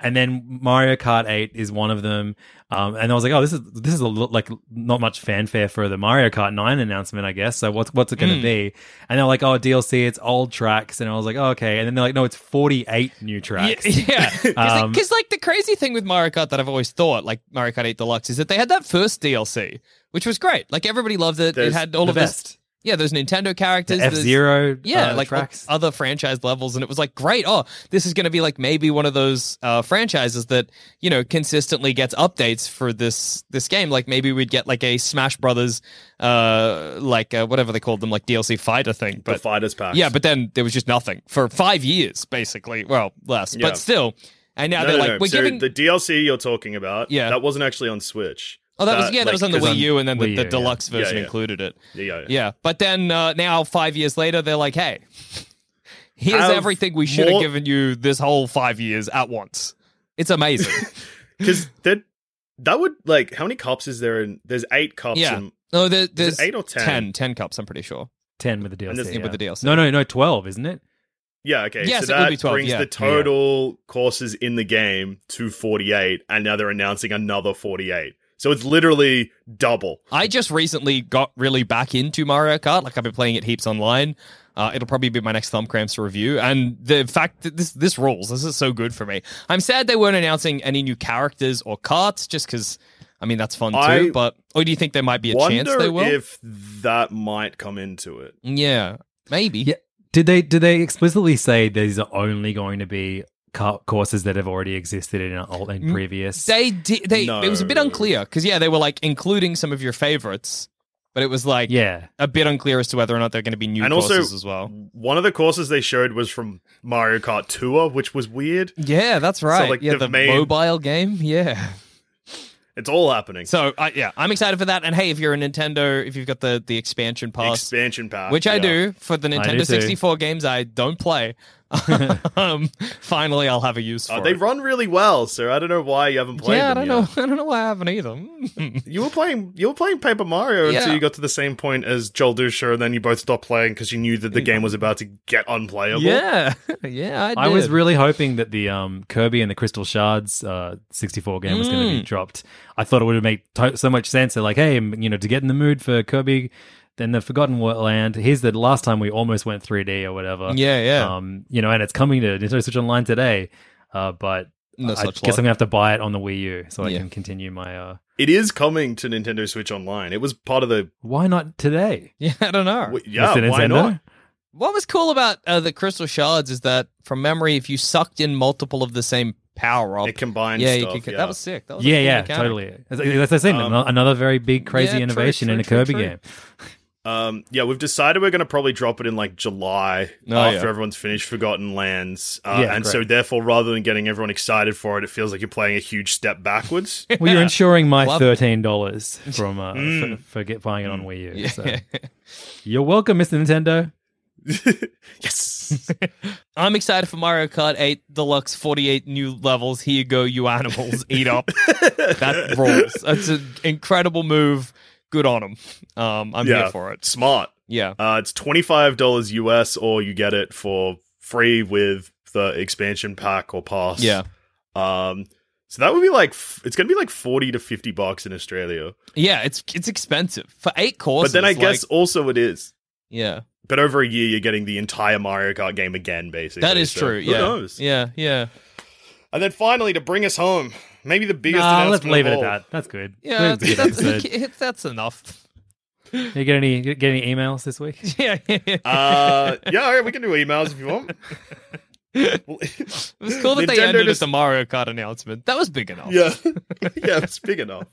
S6: And then Mario Kart 8 is one of them. Um, and I was like, oh, this is this is a lo- like not much fanfare for the Mario Kart 9 announcement, I guess. So what's what's it
S3: Mm.
S6: going to be? And they're like, oh, DLC, it's old tracks. And I was like, oh, okay. And then they're like, no, it's 48 new tracks.
S3: Yeah, because
S6: Um,
S3: like, the crazy thing with Mario Kart that I've always thought, like Mario Kart 8 Deluxe, is that they had that first DLC, which was great. Like everybody loved it. It
S4: There's
S3: had all
S6: the
S3: of this.
S6: best.
S3: Yeah, those Nintendo characters.
S6: F
S3: there's-
S6: Zero,
S3: Yeah,
S6: uh,
S3: like o-
S6: tracks.
S3: other franchise levels, and it was like great. Oh, this is going to be like maybe one of those uh, franchises that you know consistently gets updates for this this game. Like maybe we'd get like a Smash Brothers, uh, like uh, whatever they called them, like DLC fighter thing.
S4: the
S3: But
S4: fighters pack.
S3: yeah, but then there was just nothing for five years, basically. Well, less,
S4: Yeah.
S3: but still. And now
S4: No,
S3: they're
S4: no,
S3: like,
S4: no.
S3: we're
S4: So
S3: giving.
S4: the DLC you're talking about.
S3: Yeah.
S4: that wasn't actually on Switch.
S3: oh, that was yeah, that
S4: uh, like,
S3: was on the
S4: 'cause
S3: Wii U, and then the, the
S6: Wii U, yeah.
S3: deluxe version
S4: yeah.
S3: included it.
S4: Yeah, yeah.
S3: Yeah, but then uh, now five years later, they're like, hey, Here's
S4: Have
S3: everything we should have
S4: more-
S3: given you this whole five years at once. It's amazing.
S4: Because that that would like how many cops is there in? There's eight cops.
S3: Yeah.
S4: In,
S3: no, there, there's
S4: is it eight or ten?
S3: 10, 10 cups, I'm pretty sure.
S6: 10 with the DLC.
S4: And this-
S3: yeah, with the DLC.
S6: No, no, no, 12, isn't it?
S4: Yeah. Okay.
S3: Yes,
S4: so
S3: it
S4: that
S3: would be 12,
S4: brings
S3: yeah.
S4: the total courses in the game to 48, and now they're announcing another 48. So it's literally double.
S3: I just recently got really back into Mario Kart. Like I've been playing it heaps online. Uh, it'll probably be my next thumb cramps review. And the fact that this this rules. This is so good for me. I'm sad they weren't announcing any new characters or carts, just because. I mean that's fun too.
S4: I
S3: but or do you think there might be a chance
S4: Wonder
S3: they will?
S4: if that might come into it.
S3: yeah, maybe.
S6: Yeah. Did they did they explicitly say these are only going to be car- courses that have already existed in, old, in
S3: Mm,
S6: previous?
S3: They did. They it was a bit
S4: No.
S3: unclear because yeah, they were like including some of your favorites, but it was like
S6: yeah.
S3: a bit unclear as to whether or not they're going to be new
S4: And also-
S3: courses as well.
S4: One of the courses they showed was from Mario Kart Tour, which was weird.
S3: Yeah, that's right.
S4: like,
S3: yeah,
S4: the
S3: the
S4: main-
S3: mobile game. Yeah.
S4: It's all happening.
S3: So I yeah, I'm excited for that. And hey, if you're a Nintendo, if you've got the the expansion pass,
S4: Expansion pack,
S3: which I
S4: uh, yeah.
S3: do for the
S6: do
S3: Nintendo
S6: too.
S3: 64 games I don't play, um, finally I'll have a use for
S4: Uh, they
S3: it.
S4: run really well, so I don't know why you haven't played.
S3: yeah, I
S4: them
S3: don't
S4: yet.
S3: know. I don't know why I haven't either.
S4: You were playing. You were playing Paper Mario
S3: Yeah.
S4: until you got to the same point as Joel Dusha, and then you both stopped playing because you knew that the game was about to get unplayable.
S3: yeah, yeah, I, did.
S6: I was really hoping that the um, Kirby and the Crystal Shards uh, 64 game was going to be dropped. I thought it would make to- so much sense. They're like, hey, m- you know, to get in the mood for Kirby, then the Forgotten Wo- Land. Here's the last time we almost went 3D or whatever.
S3: Yeah,
S4: Uh,
S3: yeah.
S6: Um, you know, and it's coming to Nintendo Switch Online today. Uh, but
S3: No
S6: I
S3: such
S6: guess
S3: luck.
S6: I'm gonna have to buy it on the Wii U so I
S3: Yeah.
S6: can continue my. Uh,
S4: it is coming to Nintendo Switch Online. It was part of the.
S6: why not today?
S3: yeah, I don't know.
S4: w- yeah,
S6: Mr.
S4: why
S6: Nintendo?
S4: not?
S3: What was cool about uh, the Crystal Shards is that, from memory, if you sucked in multiple of the same power up,
S4: It combines.
S3: yeah,
S4: stuff,
S3: you could.
S4: yeah.
S3: That was sick. That was a
S6: Yeah,
S3: cool
S6: yeah,
S3: mechanic.
S6: totally. As, as I said,
S4: Um,
S6: ano- another very big,
S3: Yeah,
S6: crazy
S3: true,
S6: innovation
S3: true,
S6: in a
S3: true,
S6: Kirby
S3: true.
S6: game.
S4: Um, yeah, we've decided we're going to probably drop it in like July
S3: Oh,
S4: after
S3: yeah.
S4: everyone's finished Forgotten Lands. Uh,
S6: Yeah,
S4: and
S6: correct.
S4: so, therefore, rather than getting everyone excited for it, it feels like you're playing a huge step backwards.
S6: Well, you're insuring my
S3: Love-
S6: thirteen dollars from uh,
S4: Mm.
S6: for, for get buying it on Wii U.
S3: Yeah.
S6: So. You're welcome, Mr. Nintendo.
S4: yes.
S3: I'm excited for Mario Kart 8 Deluxe 48 new levels. Here you go, you animals. Eat up. that rules. That's an incredible move. Good on them. Um, I'm
S4: yeah.
S3: here for it.
S4: Smart.
S3: Yeah.
S4: Uh, it's $25 US, or you get it for free with the expansion pack or pass.
S3: Yeah.
S4: Um, so that would be like, f- it's going to be like 40 to 50 bucks in Australia.
S3: Yeah, it's it's expensive. For eight courses.
S4: but then I
S3: like-
S4: guess also it is.
S3: Yeah.
S4: But over a year, you're getting the entire Mario Kart game again, basically.
S3: That is
S4: So
S3: true.
S4: Who
S3: Yeah.
S4: knows?
S3: Yeah, yeah.
S4: And then finally, to bring us home, maybe the biggest.
S6: Nah, let's
S4: announcement
S6: leave
S4: of
S6: it at
S4: all.
S6: that. That's good.
S3: Yeah,
S6: Leave it
S3: that's,
S6: at that.
S3: that's, that's enough.
S6: you get any get any emails this week? Oh,
S3: Yeah, yeah, yeah.
S4: Uh, yeah, all right, we can do emails if you want. Well,
S3: It was cool that they
S4: Nintendo
S3: ended
S4: just-
S3: with the Mario Kart announcement. That was big enough.
S4: yeah, yeah, it's big enough.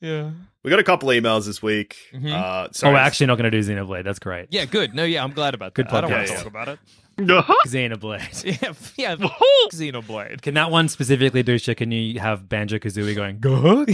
S3: Yeah.
S4: We got a couple emails this week.
S3: Mm-hmm.
S4: Uh,
S6: Oh,
S4: sorry.
S6: we're actually not going to do Xenoblade. That's great.
S3: Yeah, good. No, yeah, I'm glad about
S6: Good
S3: that. I don't want
S4: podcast.
S3: to talk about it.
S6: Xenoblade.
S3: Yeah, yeah. Xenoblade.
S6: Can that one specifically, Dusha? Can you have Banjo Kazooie going? Go.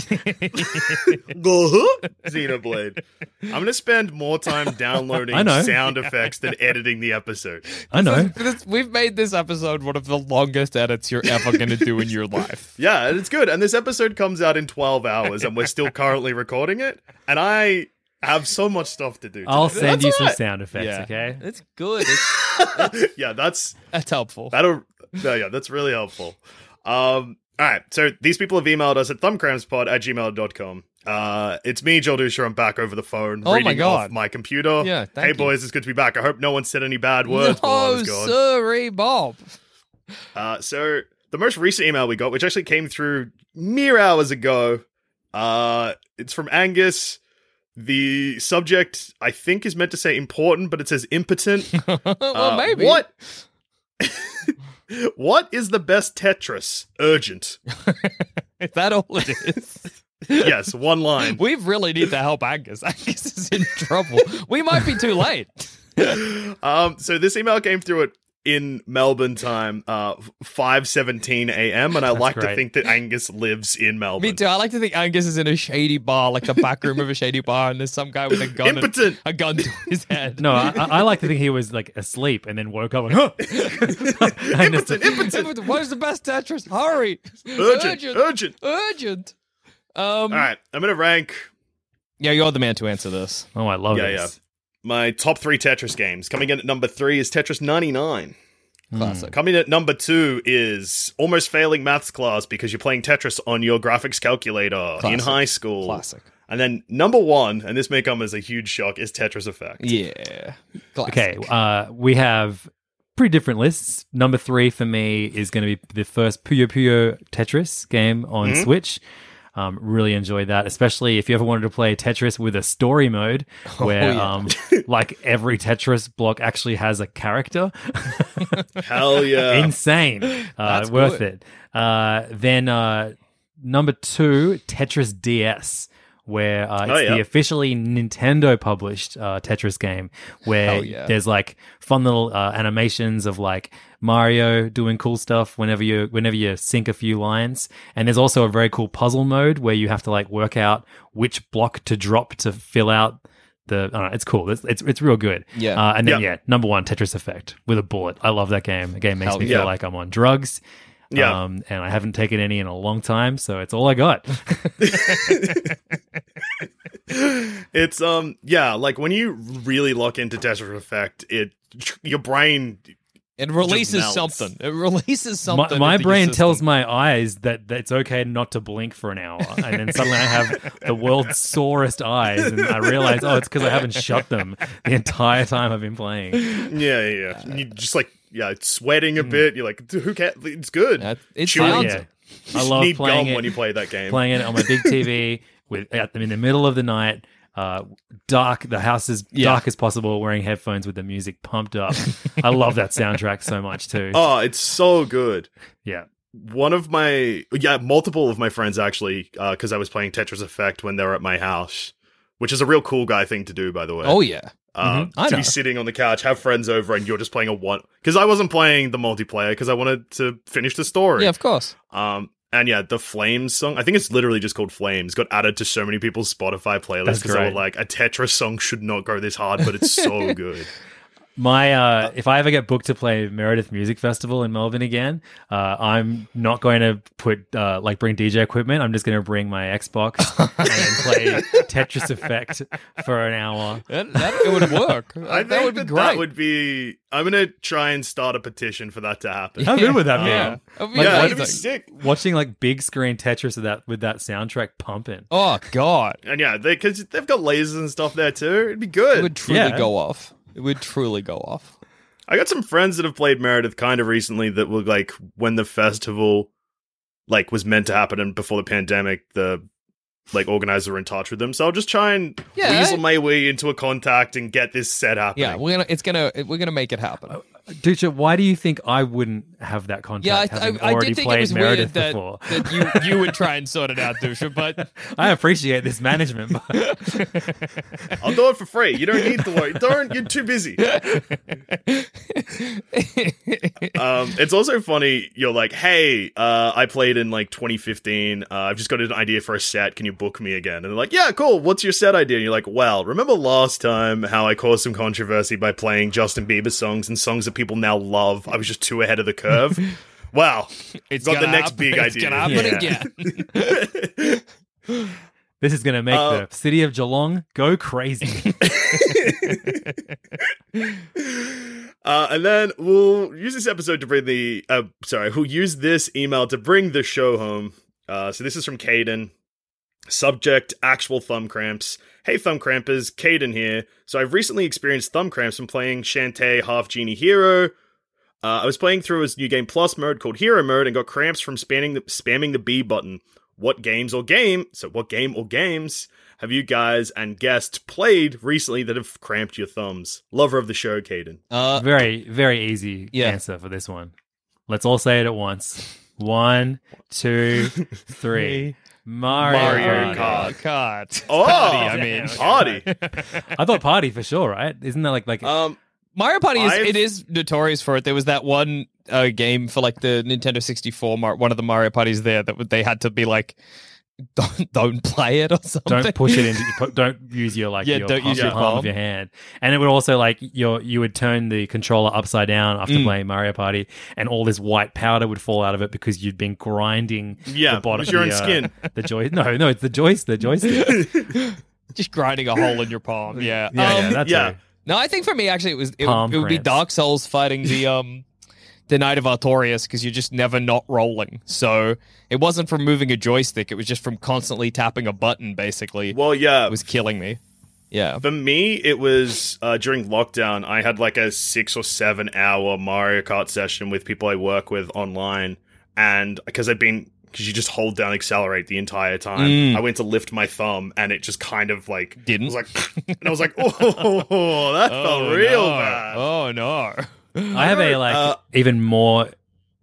S4: Uh-huh. Xenoblade. I'm gonna spend more time downloading
S6: I know.
S4: sound effects than editing the episode.
S6: I know.
S3: This- we've made this episode one of the longest edits you're ever going to do in your life.
S4: Yeah, and it's good. And this episode comes out in 12 hours, and we're still currently recording it. And I have so much stuff to do.
S6: I'll
S4: today.
S6: send
S4: That's
S6: you some
S4: all
S6: sound effects. Okay.
S3: It's good. It's,
S4: right. yeah, that's
S3: that's helpful.
S4: That'll no, yeah, that's really helpful. Um all right, so these people have emailed us at thumbcrampspod at gmail.com. Uh, it's me, Joel Dusher. I'm back over the phone,
S3: Oh my
S4: reading off
S3: God.
S4: my computer.
S3: Yeah,
S4: hey
S3: thank you.
S4: boys, it's good to be back. I hope no one said any bad words. while I
S3: no,
S4: was gone.
S3: sorry, Bob.
S4: Uh, so the most recent email we got, which actually came through mere hours ago, uh, it's from Angus. The subject I think is meant to say important, but it says impotent.
S3: well,
S4: Uh,
S3: maybe.
S4: What? what is the best Tetris? Urgent.
S3: Is that all it is?
S4: Yes, one line.
S3: we really need to help Angus. Angus is in trouble. We might be too late.
S4: Um, so this email came through at in Melbourne time, uh, five seventeen a.m. And I like to
S6: great.
S4: think that Angus lives in Melbourne.
S3: Me too. I like to think Angus is in a shady bar, like the back room of a shady bar, and there's some guy with a gun, and,
S4: Impotent.
S3: a gun to his head.
S6: No, I, I I like to think he was like asleep and then woke up and huh. And it's-
S4: Impotent, impotent,
S3: What is the best Tetris? Hurry!
S4: urgent, urgent.
S3: urgent. Um,
S4: All right, I'm gonna rank
S3: Yeah, you're the man to answer this.
S6: oh, I love
S4: Yeah,
S6: this.
S4: my top three Tetris games. Coming in at number three is Tetris 99.
S3: Mm. Classic.
S4: Coming in at number two is almost failing maths class because you're playing Tetris on your graphics calculator in
S3: Classic.
S4: high school.
S3: Classic.
S4: And then number one, and this may come as a huge shock, is Tetris Effect.
S3: Yeah. Classic.
S6: Okay, uh, we have pretty different lists. Number three for me is going to be the first Puyo Puyo Tetris game on
S4: Mm-hmm.
S6: Switch. Um, really enjoyed that, especially if you ever wanted to play Tetris with a story mode
S4: Oh,
S6: where,
S3: yeah.
S6: um, like, every Tetris block actually has a character.
S4: Hell yeah.
S6: Insane. Uh,
S3: That's
S6: worth
S3: good.
S6: it. Uh, then uh, number two, Tetris DS, where uh, it's
S4: Oh, yeah.
S6: the officially Nintendo published uh, Tetris game, where
S3: Hell yeah.
S6: there's like fun little uh, animations of like Mario doing cool stuff whenever you whenever you sync a few lines, and there's also a very cool puzzle mode where you have to like work out which block to drop to fill out. The, I don't know, it's cool. It's, it's it's real good.
S3: Yeah.
S6: Uh, and then
S4: Yeah.
S6: yeah, number one, Tetris Effect with a bullet. I love that game. The game makes
S3: Hell
S6: me
S4: yeah.
S6: feel like I'm on drugs.
S4: Yeah.
S6: Um, and I haven't taken any in a long time, so it's all I got.
S4: it's um yeah, like when you really lock into Tetris Effect, it your brain
S3: It releases
S4: Just melts.
S3: something. It releases
S6: my
S3: something.
S6: my
S3: into your
S6: brain tells
S3: system.
S6: my eyes that, that it's okay not to blink for an hour, and then suddenly I have the world's sorest eyes, and I realize, oh, it's because I haven't shut them the entire time I've been playing.
S4: Yeah, yeah.
S3: Uh,
S4: yeah. you just like yeah, it's sweating a bit. You're like, "Dude, who cares? It's good.
S3: mm. That- it
S4: Chewing.
S3: sounds-
S6: Yeah,
S4: You
S6: I
S4: just
S6: love
S4: need
S6: playing
S4: gum
S6: it.
S4: when you play that game.
S6: playing it on my big TV with at them in the middle of the night, uh, dark. The house is
S3: Yeah.
S6: dark as possible, wearing headphones with the music pumped up. I love that soundtrack so much too.
S4: Oh, it's so good.
S6: Yeah,
S4: one of my yeah multiple of my friends actually because i was playing tetris effect when they were at my house which is a real cool guy thing to do by the way
S3: Oh yeah.
S4: uh,
S6: Mm-hmm.
S3: mhm, I
S4: to
S3: know.
S4: be sitting on the couch have friends over and you're just playing a one because i wasn't playing the multiplayer because i wanted to finish the story
S3: Yeah, of course.
S4: um and yeah the flames song i think it's literally just called flames got added to so many people's spotify
S6: That's
S4: playlists because they were
S6: great.
S4: like a tetris song should not go this hard but it's so good
S6: my uh, if I ever get booked to play Meredith Music Festival in Melbourne again, uh, I'm not going to put uh, like bring DJ equipment. I'm just going to bring my Xbox and play Tetris Effect for an hour.
S3: That, that, it would work.
S4: i
S3: that,
S4: think
S3: that would be
S4: that,
S3: great.
S4: would be i'm gonna try and start a petition for that to happen
S6: How good would that be?
S3: Yeah. That'd be
S6: Like,
S4: yeah
S6: what-
S4: it'd be
S3: amazing.
S4: sick
S6: Watching like big screen Tetris with that with that soundtrack pumping.
S3: Oh god.
S4: And yeah, they because they've got lasers and stuff there too. It'd be good.
S3: It would truly
S6: Yeah.
S3: go off. It would truly go off.
S4: I got some friends that have played Meredith kind of recently that were like when the festival like was meant to happen and before the pandemic, the like organizer were in touch with them. So I'll just try and
S3: Yeah.
S4: weasel my way into a contact and get this set happening.
S3: Yeah, we're gonna. It's gonna. We're gonna make it happen.
S6: Oh, Ducha, why do you think I wouldn't have that contact?
S3: Yeah, I,
S6: having
S3: I, I
S6: already
S3: did think
S6: played
S3: it was
S6: Meredith
S3: weird that,
S6: before.
S3: that you, you would try and sort it out, Dusha, but
S6: I appreciate this management. But
S4: I'll do it for free. You don't need to worry. Don't. You're too busy. um, it's also funny. You're like, hey, uh, I played in like 2015. Uh, I've just got an idea for a set. Can you book me again? And they're like, yeah, cool. What's your set idea? And you're like, well, remember last time how I caused some controversy by playing Justin Bieber songs and songs that people now love? I was just too ahead of the curve. wow.
S3: it's
S4: Got
S3: gonna
S4: the next
S3: happen.
S4: big
S3: it's
S4: idea.
S3: gonna happen
S6: Yeah.
S3: again.
S6: this is going to make
S4: Uh,
S6: the city of Geelong go crazy.
S4: Uh, and then we'll use this episode to bring the. Uh, sorry, we'll use this email to bring the show home. Uh, so this is from Caden. Subject actual thumb cramps. Hey, thumb crampers, Caden here. So I've recently experienced thumb cramps from playing Shantae Half Genie Hero. Uh, I was playing through his new game plus mode called Hero Mode and got cramps from spamming the, spamming the B button. What games or game? So what game or games have you guys and guests played recently that have cramped your thumbs? Lover of the show, Caden.
S3: Uh,
S6: very, very easy
S3: Yeah.
S6: answer for this one. Let's all say it at once. One, two, three. Mario,
S4: Mario
S6: Kart.
S4: Kart.
S3: God.
S4: Oh,
S3: Party, I mean.
S4: party.
S6: I thought party for sure, right? Isn't that like like
S4: Um,
S3: Mario Party is
S4: I've-
S3: it is notorious for it. There was that one uh, game for like the Nintendo 64, Mar- one of the Mario parties there that they had to be like, don't don't play it or something.
S6: don't push it into pu- don't use your like
S3: Yeah,
S6: your,
S3: don't
S6: palm,
S3: use
S6: your
S3: your
S6: palm
S3: palm.
S6: of your hand and it would also like your you would turn the controller upside down after
S3: Mm.
S6: playing mario party and all this white powder would fall out of it because you'd been grinding
S4: Yeah,
S6: the bottom
S4: it was your
S6: the, uh,
S4: own skin.
S6: the joy no no it's the joist the joystick
S3: Just grinding a hole in your palm. Yeah.
S6: yeah,
S3: Um,
S6: yeah that's
S4: yeah.
S6: it.
S3: No, I think for me actually it was it,
S6: Palm
S3: would- it would be
S6: cramps.
S3: Dark Souls fighting the um the Knight of Artorias because you're just never not rolling. So it wasn't from moving a joystick; it was just from constantly tapping a button. Basically,
S4: Well, yeah.
S3: it was killing me. Yeah,
S4: For me, it was uh, during lockdown. I had like a six or seven hour Mario Kart session with people I work with online, and because I'd been because you just hold down accelerate the entire time. I went to lift my thumb, and it just kind of like
S3: Mm. Didn't?
S4: was like, and I was like, oh, that felt real
S3: no.
S4: bad.
S3: Oh no.
S6: i have a like
S4: Uh,
S6: even more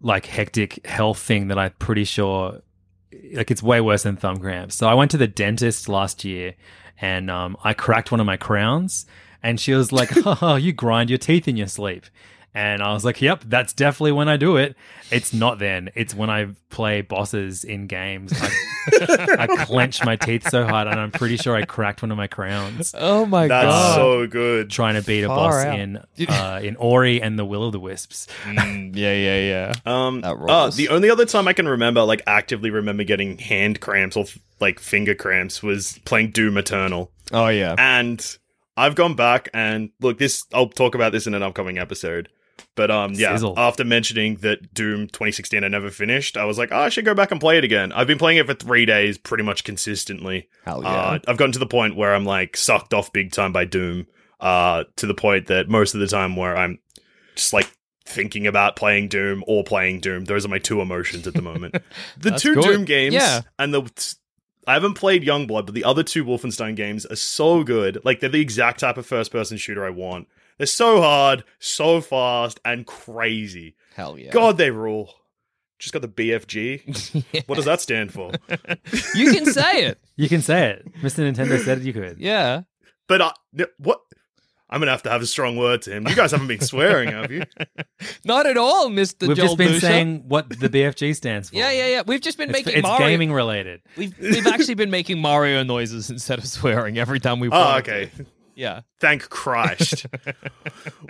S6: like hectic health thing that i'm pretty sure like it's way worse than thumb cramps so i went to the dentist last year and um, i cracked one of my crowns and she was like oh you grind your teeth in your sleep and i was like yep that's definitely when i do it it's not then it's when i play bosses in games i, I clench my teeth so hard and i'm pretty sure i cracked one of my crowns
S3: Oh my
S4: That's
S3: god.
S4: so good.
S6: trying to beat a
S3: Far
S6: boss
S3: out.
S6: in uh, in ori and the will of the wisps
S3: Mm, yeah, yeah, yeah.
S4: Um,
S3: That
S4: uh,
S3: rules.
S4: the only other time I can remember, like actively remember getting hand cramps or like finger cramps, was playing Doom Eternal.
S3: Oh yeah.
S4: and I've gone back and look this I'll talk about this in an upcoming episode. But um yeah,
S6: Sizzle.
S4: after mentioning that Doom 2016 I never finished, I was like, oh, I should go back and play it again. I've been playing it for 3 days pretty much consistently.
S3: Hell
S4: Uh, I've gotten to the point where I'm like sucked off big time by Doom uh to the point that most of the time where I'm just like thinking about playing Doom or playing Doom. Those are my two emotions at the moment. the
S3: That's
S4: two
S3: good.
S4: Doom games
S3: Yeah.
S4: and the I haven't played Youngblood, but the other two Wolfenstein games are so good. Like they're the exact type of first person shooter I want. They're so hard, so fast, and crazy.
S3: Hell yeah.
S4: God, they rule. Just got the BFG. What does that stand for?
S3: you can say it.
S6: You can say it. Mr. Nintendo said you could.
S3: Yeah.
S4: But I, n- what? I'm gonna have to have a strong word to him. You guys haven't been swearing, have you?
S3: Not at all, Mister.
S6: We've
S3: Joel
S6: just been
S3: Dusha.
S6: saying what the BFG stands for.
S3: Yeah, yeah, yeah. We've just been
S6: It's,
S3: making
S6: it's
S3: Mario.
S6: gaming related.
S3: We've we've actually been making Mario noises instead of swearing every time we.
S4: Oh,
S3: wanted to.
S4: okay.
S3: Yeah.
S4: Thank Christ.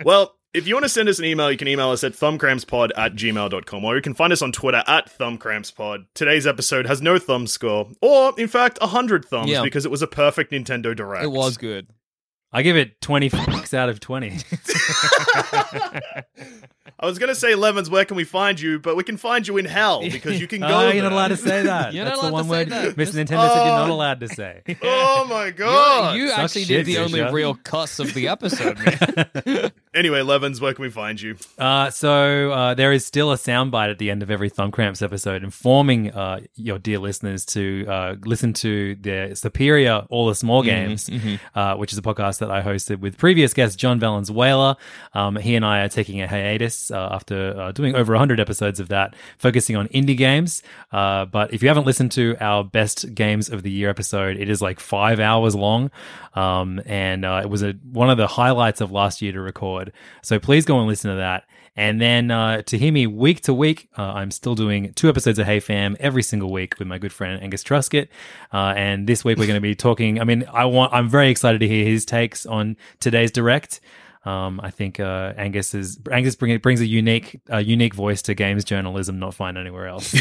S4: well, if you want to send us an email, you can email us at thumbcrampspod at gmail.com or you can find us on Twitter at thumbcrampspod. Today's episode has no thumb score, or in fact, 100 thumbs
S3: Yeah.
S4: because it was a perfect Nintendo Direct.
S3: It was good.
S6: I give it 20 fucks out of 20.
S4: I was going to say, Lemons, where can we find you? But we can find you in hell because you can go.
S6: oh, you're
S4: there.
S6: not allowed to say that.
S3: You're not
S6: That's
S3: allowed
S6: the
S3: to
S6: one
S3: say
S6: word
S3: that.
S6: Mr.
S3: Just- uh,
S6: Nintendo said you're not
S4: Oh.
S6: allowed to say.
S4: Oh my
S3: Yeah,
S4: god!
S3: you
S6: Suck
S3: actually did
S6: shit,
S3: the only
S6: Dusha.
S3: real cuss of the episode, man.
S4: Anyway, Levens, where can we find you?
S6: Uh, so uh, there is still a soundbite at the end of every Thumb Cramps episode informing uh, your dear listeners to uh, listen to their superior All the Small Games, uh, which is a podcast that I hosted with previous guest John Valenzuela. Um, he and I are taking a hiatus uh, after uh, doing over 100 episodes of that, focusing on indie games. Uh, but if you haven't listened to our best games of the year episode, it is like five hours long, um, and uh, it was a, one of the highlights of last year to record. So please go and listen to that. And then uh, to hear me week to week, uh, I'm still doing two episodes of Hey Fam every single week with my good friend Angus Truscott. Uh, and this week we're going to be talking. I mean, I want. I'm very excited to hear his takes on today's direct. Um, I think uh, Angus is Angus bring, brings a unique a unique voice to games journalism not found anywhere else.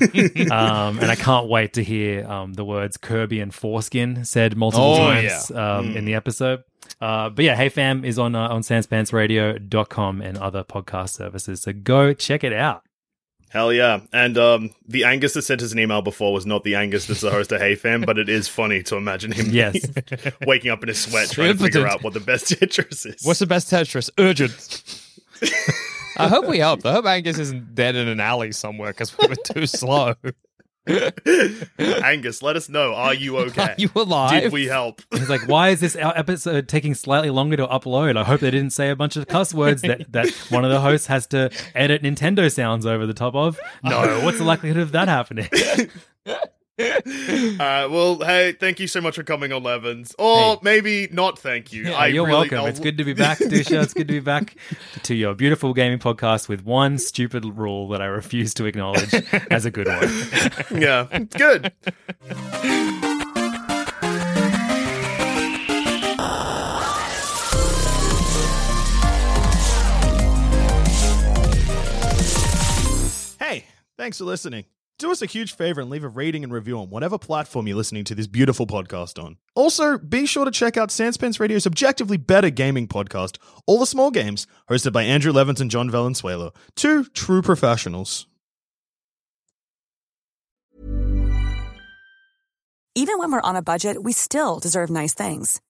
S6: um, and I can't wait to hear um, the words Kirby and foreskin said multiple
S3: Oh,
S6: times um, in the episode. Uh, but yeah, Hey Fam is on uh, on sanspantsradio.com and other podcast services. So go check it out.
S4: Hell yeah. And um, the Angus that sent us an email before was not the Angus that's the host of Hey Fam, but it is funny to imagine him
S6: Yes.
S4: waking up in a sweat trying to figure
S3: Impotent.
S4: out what the best Tetris is.
S3: What's the best Tetris? Urgent. I hope we helped. I hope Angus isn't dead in an alley somewhere because we were too slow.
S4: Angus, let us know. Are you okay?
S3: Are you alive?
S4: Did we help?
S6: He's like, why is this our episode taking slightly longer to upload? I hope they didn't say a bunch of cuss words that, that one of the hosts has to edit Nintendo sounds over the top of. No, what's the likelihood of that happening?
S4: Uh, well, hey, thank you so much for coming on Levens. Or maybe not thank you.
S6: Yeah,
S4: I
S6: you're
S4: really-
S6: welcome.
S4: I'll-
S6: It's good to be back, Dusha. It's good to be back to your beautiful gaming podcast with one stupid rule that I refuse to acknowledge as a good one.
S4: yeah, it's good.
S9: Hey, thanks for listening. Do us a huge favor and leave a rating and review on whatever platform you're listening to this beautiful podcast on. Also, be sure to check out Sanspence Radio's objectively better gaming podcast, All the Small Games, hosted by Andrew Levins and John Valenzuela, two true professionals.
S10: Even when we're on a budget, we still deserve nice things.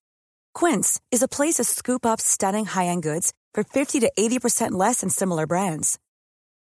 S10: Quince is a place to scoop up stunning high end goods for 50 to 80% less than similar brands.